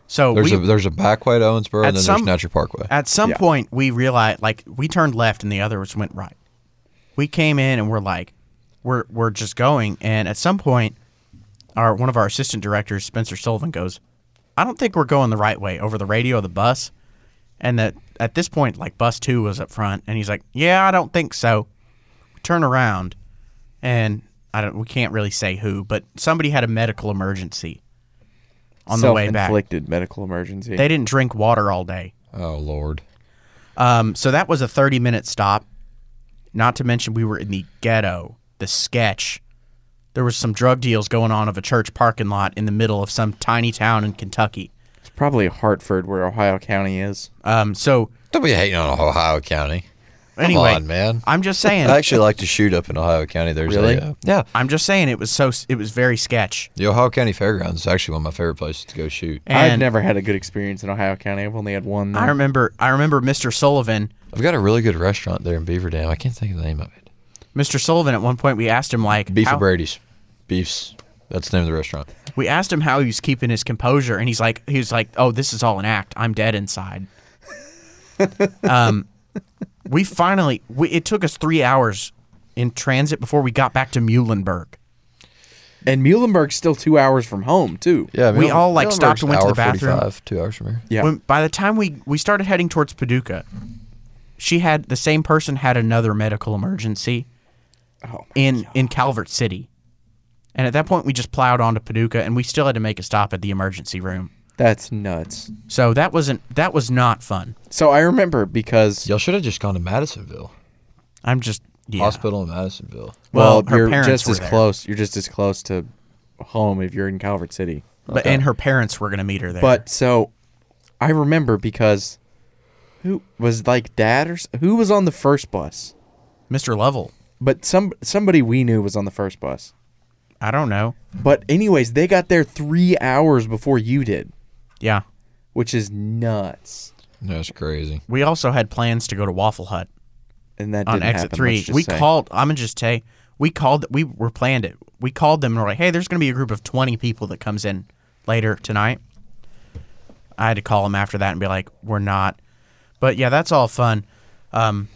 Speaker 1: So
Speaker 3: There's
Speaker 1: we,
Speaker 3: a there's a back way to Owensboro
Speaker 1: At
Speaker 3: and then
Speaker 1: some-
Speaker 3: there's Natural Parkway.
Speaker 1: at some
Speaker 2: yeah.
Speaker 1: point we realized like we turned left and the others went right. We came in and we're like, we're we're just going. And at some point, our one of our assistant directors, Spencer Sullivan, goes, I don't think we're going the right way over the radio of the bus. And that at this point, like bus two was up front, and he's like, Yeah, I don't think so. We turn around, and I don't. We can't really say who, but somebody had a medical emergency on the way back.
Speaker 2: self-inflicted medical emergency.
Speaker 1: They didn't drink water all day.
Speaker 3: oh Lord.
Speaker 1: Um, so that was a 30 minute stop. Not to mention, we were in the ghetto, the sketch. There was some drug deals going on of a church parking lot in the middle of some tiny town in Kentucky.
Speaker 2: it's probably Hartford where Ohio County is.
Speaker 1: Um, so
Speaker 3: Don't be hating on Ohio County.
Speaker 1: anyway,
Speaker 3: on, man.
Speaker 1: I'm just saying.
Speaker 3: I (laughs) actually like to shoot up in Ohio County. There's
Speaker 2: Really?
Speaker 3: a, uh, yeah.
Speaker 1: I'm just saying it was so s- it was very sketch.
Speaker 3: The Ohio County Fairgrounds is actually one of my favorite places to go shoot.
Speaker 1: And
Speaker 2: I've never had a good experience in Ohio County. I've only had one.
Speaker 1: I remember I remember Mr. Sullivan.
Speaker 3: I've got a really good restaurant there in Beaver Dam. I can't think of the name of it.
Speaker 1: Mr. Sullivan at one point we asked him like
Speaker 3: Beef
Speaker 1: how-
Speaker 3: and Brady's. Beefs. That's the name of the restaurant.
Speaker 1: we asked him how he was keeping his composure, and he's like, he was like, "Oh, this is all an act. I'm dead inside." um, we finally, we, it took us three hours in transit before we got back to Muhlenberg.
Speaker 2: and Muhlenberg's still two hours from home too.
Speaker 3: Yeah,
Speaker 1: We
Speaker 3: Muhlen-
Speaker 1: all, like,
Speaker 3: Muhlenberg's
Speaker 1: stopped and went to
Speaker 3: hour
Speaker 1: the bathroom.
Speaker 3: 45, Two hours from here.
Speaker 2: Yeah.
Speaker 1: When, by the time we we started heading towards Paducah, she had the same person had another medical emergency
Speaker 2: Oh,
Speaker 1: in in Calvert City, and at that point we just plowed onto Paducah, and we still had to make a stop at the emergency room.
Speaker 2: that's nuts.
Speaker 1: So that wasn't that was not fun.
Speaker 2: So I remember because
Speaker 3: Y'all should have just gone to Madisonville
Speaker 1: I'm just yeah.
Speaker 3: Hospital in Madisonville.
Speaker 1: Well,
Speaker 2: Well,
Speaker 1: her
Speaker 2: you're
Speaker 1: parents
Speaker 2: just
Speaker 1: were
Speaker 2: as
Speaker 1: there.
Speaker 2: close. You're just as close to home if you're in Calvert City.
Speaker 1: But and her parents were gonna meet her there.
Speaker 2: But so, I remember because who was like dad or s- who was on the first bus?
Speaker 1: Mr. Lovell,
Speaker 2: But some somebody we knew was on the first bus.
Speaker 1: I don't know.
Speaker 2: But anyways, they got there three hours before you did,
Speaker 1: Yeah,
Speaker 2: which is nuts.
Speaker 3: That's crazy.
Speaker 1: we also had plans to go to Waffle Hut
Speaker 2: And that
Speaker 1: on
Speaker 2: didn't
Speaker 1: exit
Speaker 2: happen,
Speaker 1: three.
Speaker 2: let's just
Speaker 1: We
Speaker 2: say.
Speaker 1: called. I'm gonna just say we called. We were planned it. We called them and we're like, hey, there's gonna be a group of 20 people that comes in later tonight. I had to call them after that and be like, we're not. But yeah, that's all fun. Um,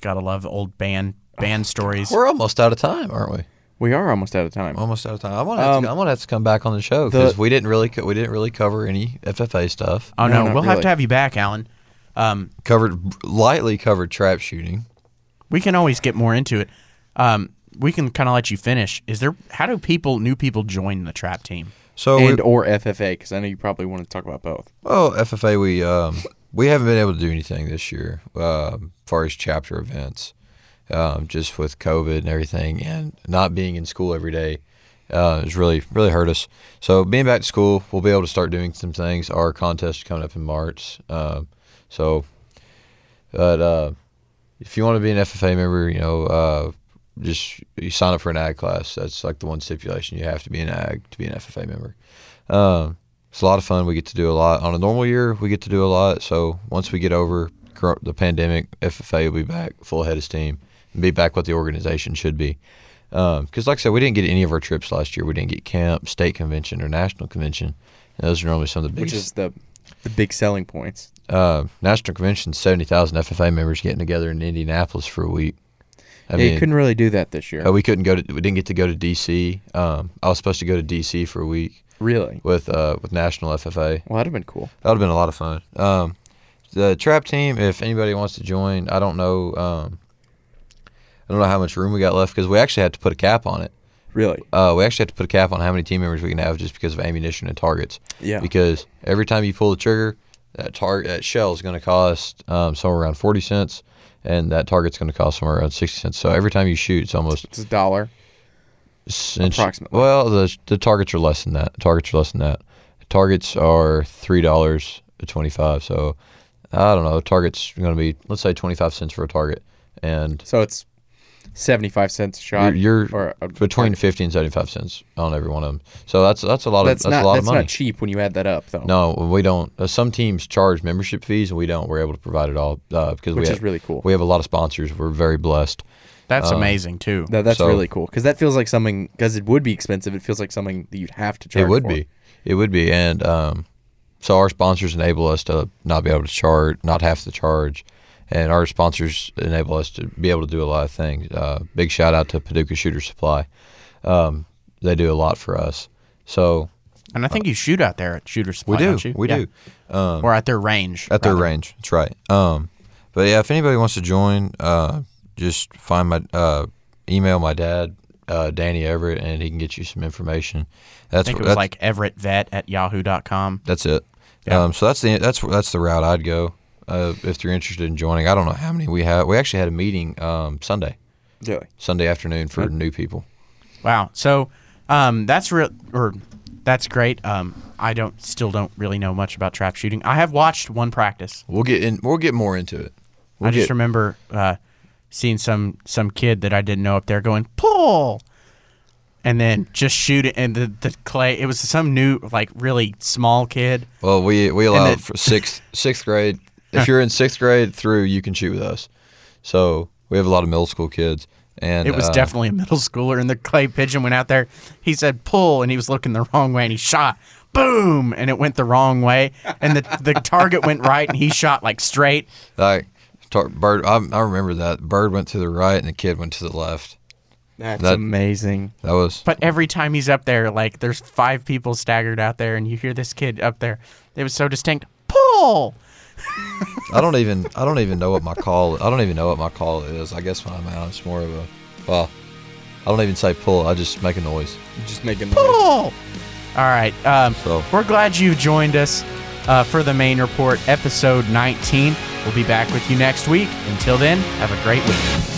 Speaker 1: gotta love old band band stories.
Speaker 3: We're almost out of time, aren't we?
Speaker 2: we are almost out of time.
Speaker 1: Oh.
Speaker 3: Almost out of time. I'm gonna have, to, I'm gonna have to come back on the show
Speaker 2: the-
Speaker 3: because we didn't really co- we didn't really cover any FFA stuff.
Speaker 1: Oh no,
Speaker 2: No, not
Speaker 1: we'll have
Speaker 2: really.
Speaker 1: to have you back, Alan. Um,
Speaker 3: covered lightly covered trap shooting.
Speaker 1: we can always get more into it. Um, we can kind of let you finish. Is there how do people new people join the trap team?
Speaker 3: So we- oh,
Speaker 2: and or FFA because I know you probably want to talk about both.
Speaker 3: Well, FFA, we um, we haven't been able to do anything this year um, as far as chapter events, um, just with COVID and everything, and not being in school every day. uh, has really really hurt us. So being back to school, we'll be able to start doing some things. Our contest is coming up in March. Um, so, but uh, if you want to be an FFA member, you know, uh, just you sign up for an ag class. That's like the one stipulation. You have to be an ag to be an FFA member. Um, it's a lot of fun. We get to do a lot. On a normal year, we get to do a lot. So once we get over cor- the pandemic, FFA will be back full head of steam and be back what the organization should be. Because, like I said, we didn't get any of our trips last year. We didn't get camp, state convention, or national convention. And those are normally some of the biggest.
Speaker 2: which is the the big selling points.
Speaker 3: uh, national convention, seventy thousand FFA members getting together in Indianapolis for a week. I
Speaker 2: yeah, you couldn't really do that this year.
Speaker 3: uh, we couldn't go to. We didn't get to go to DC. Um, I was supposed to go to DC for a week
Speaker 2: really?
Speaker 3: with uh, with National FFA.
Speaker 2: Well, that'd have been cool.
Speaker 3: That would have been a lot of fun. Um, the trap team, if anybody wants to join, I don't know. Um, I don't know how much room we got left because we actually had to put a cap on it.
Speaker 2: Really?
Speaker 3: Uh, we actually had to put a cap on how many team members we can have just because of ammunition and targets.
Speaker 2: Yeah.
Speaker 3: Because every time you pull the trigger, that target that shell is going to cost um, somewhere around forty cents, and that target's going to cost somewhere around sixty cents. So every time you shoot, it's almost
Speaker 2: It's a dollar.
Speaker 3: Since-
Speaker 2: Approximately.
Speaker 3: Well, the the targets are less than that. Targets are less than that. Targets are three dollars twenty five. So I don't know. Targets going to be let's say twenty five cents for a target, and
Speaker 2: So it's seventy five cents a shot.
Speaker 3: You're- you're
Speaker 2: or a,
Speaker 3: between fifty and seventy five cents on every one of them. So that's that's a lot of
Speaker 2: that's,
Speaker 3: that's,
Speaker 2: not
Speaker 3: a lot
Speaker 2: that's
Speaker 3: of money.
Speaker 2: not cheap when you add that up though.
Speaker 3: No, we don't. Uh, some teams charge membership fees, and we don't. We're able to provide it all uh, because we
Speaker 2: Which is
Speaker 3: have-
Speaker 2: really cool.
Speaker 3: We have a lot of sponsors. We're very blessed.
Speaker 1: That's
Speaker 3: Uh,
Speaker 1: amazing too.
Speaker 2: No, that's
Speaker 3: So-
Speaker 2: really cool because that feels like something because it would be expensive. It feels like something that you'd have to charge.
Speaker 3: It would
Speaker 2: for.
Speaker 3: be. It would be. And um, so our sponsors enable us to not be able to charge, not have to charge. And our sponsors enable us to be able to do a lot of things. Uh, big shout out to Paducah Shooter Supply. Um, they do a lot for us. So
Speaker 1: and I think you shoot out there at Shooter Supply. don't you?
Speaker 3: uh, We
Speaker 1: Yeah.
Speaker 3: do. Uh,
Speaker 1: or at their range.
Speaker 3: at their range. That's right. Um, but yeah, if anybody wants to join, uh, just find my uh, email my dad, uh, Danny Everett, and he can get you some information. That's
Speaker 1: I think it
Speaker 3: wh-
Speaker 1: was
Speaker 3: that's-
Speaker 1: like Everett Vet at Yahoo.com.
Speaker 3: That's it. Um, so that's the that's that's the route I'd go uh, if you're interested in joining. I don't know how many we have. We actually had a meeting um, Sunday,
Speaker 2: Really?
Speaker 3: Sunday afternoon for new people.
Speaker 1: Wow. So um, that's real or that's great. Um, I don't still don't really know much about trap shooting. I have watched one practice.
Speaker 3: We'll get in. We'll get more into it. We'll
Speaker 1: I just
Speaker 3: get-
Speaker 1: remember uh, seeing some some kid that I didn't know up there going pull, and then just shoot it. And the, the clay. It was some new like really small kid.
Speaker 3: well, we we allow
Speaker 1: then- (laughs)
Speaker 3: for sixth sixth grade. If you're in sixth grade through, you can shoot with us. So we have a lot of middle school kids, and
Speaker 1: It was
Speaker 3: uh,
Speaker 1: definitely a middle schooler, and the clay pigeon went out there. He said pull, and he was looking the wrong way, and he shot. Boom! And it went the wrong way, and the, the target went right, and he shot like straight.
Speaker 3: like tar- bird. I, I remember that bird went to the right and the kid went to the left.
Speaker 2: That's
Speaker 3: That-
Speaker 2: amazing.
Speaker 3: That was
Speaker 1: But every time he's up there, like there's five people staggered out there, and you hear this kid up there. It was so distinct. Pull.
Speaker 3: I don't even I don't even know what my call I don't even know what my call is. I guess when I'm out it's more of a well I don't even say pull, I just make a noise.
Speaker 2: Just making
Speaker 1: Cool.
Speaker 2: noise.
Speaker 1: All right. Um,
Speaker 3: So-
Speaker 1: We're glad you joined us uh, for the main report, episode 19. We'll be back with you next week. Until then, have a great week.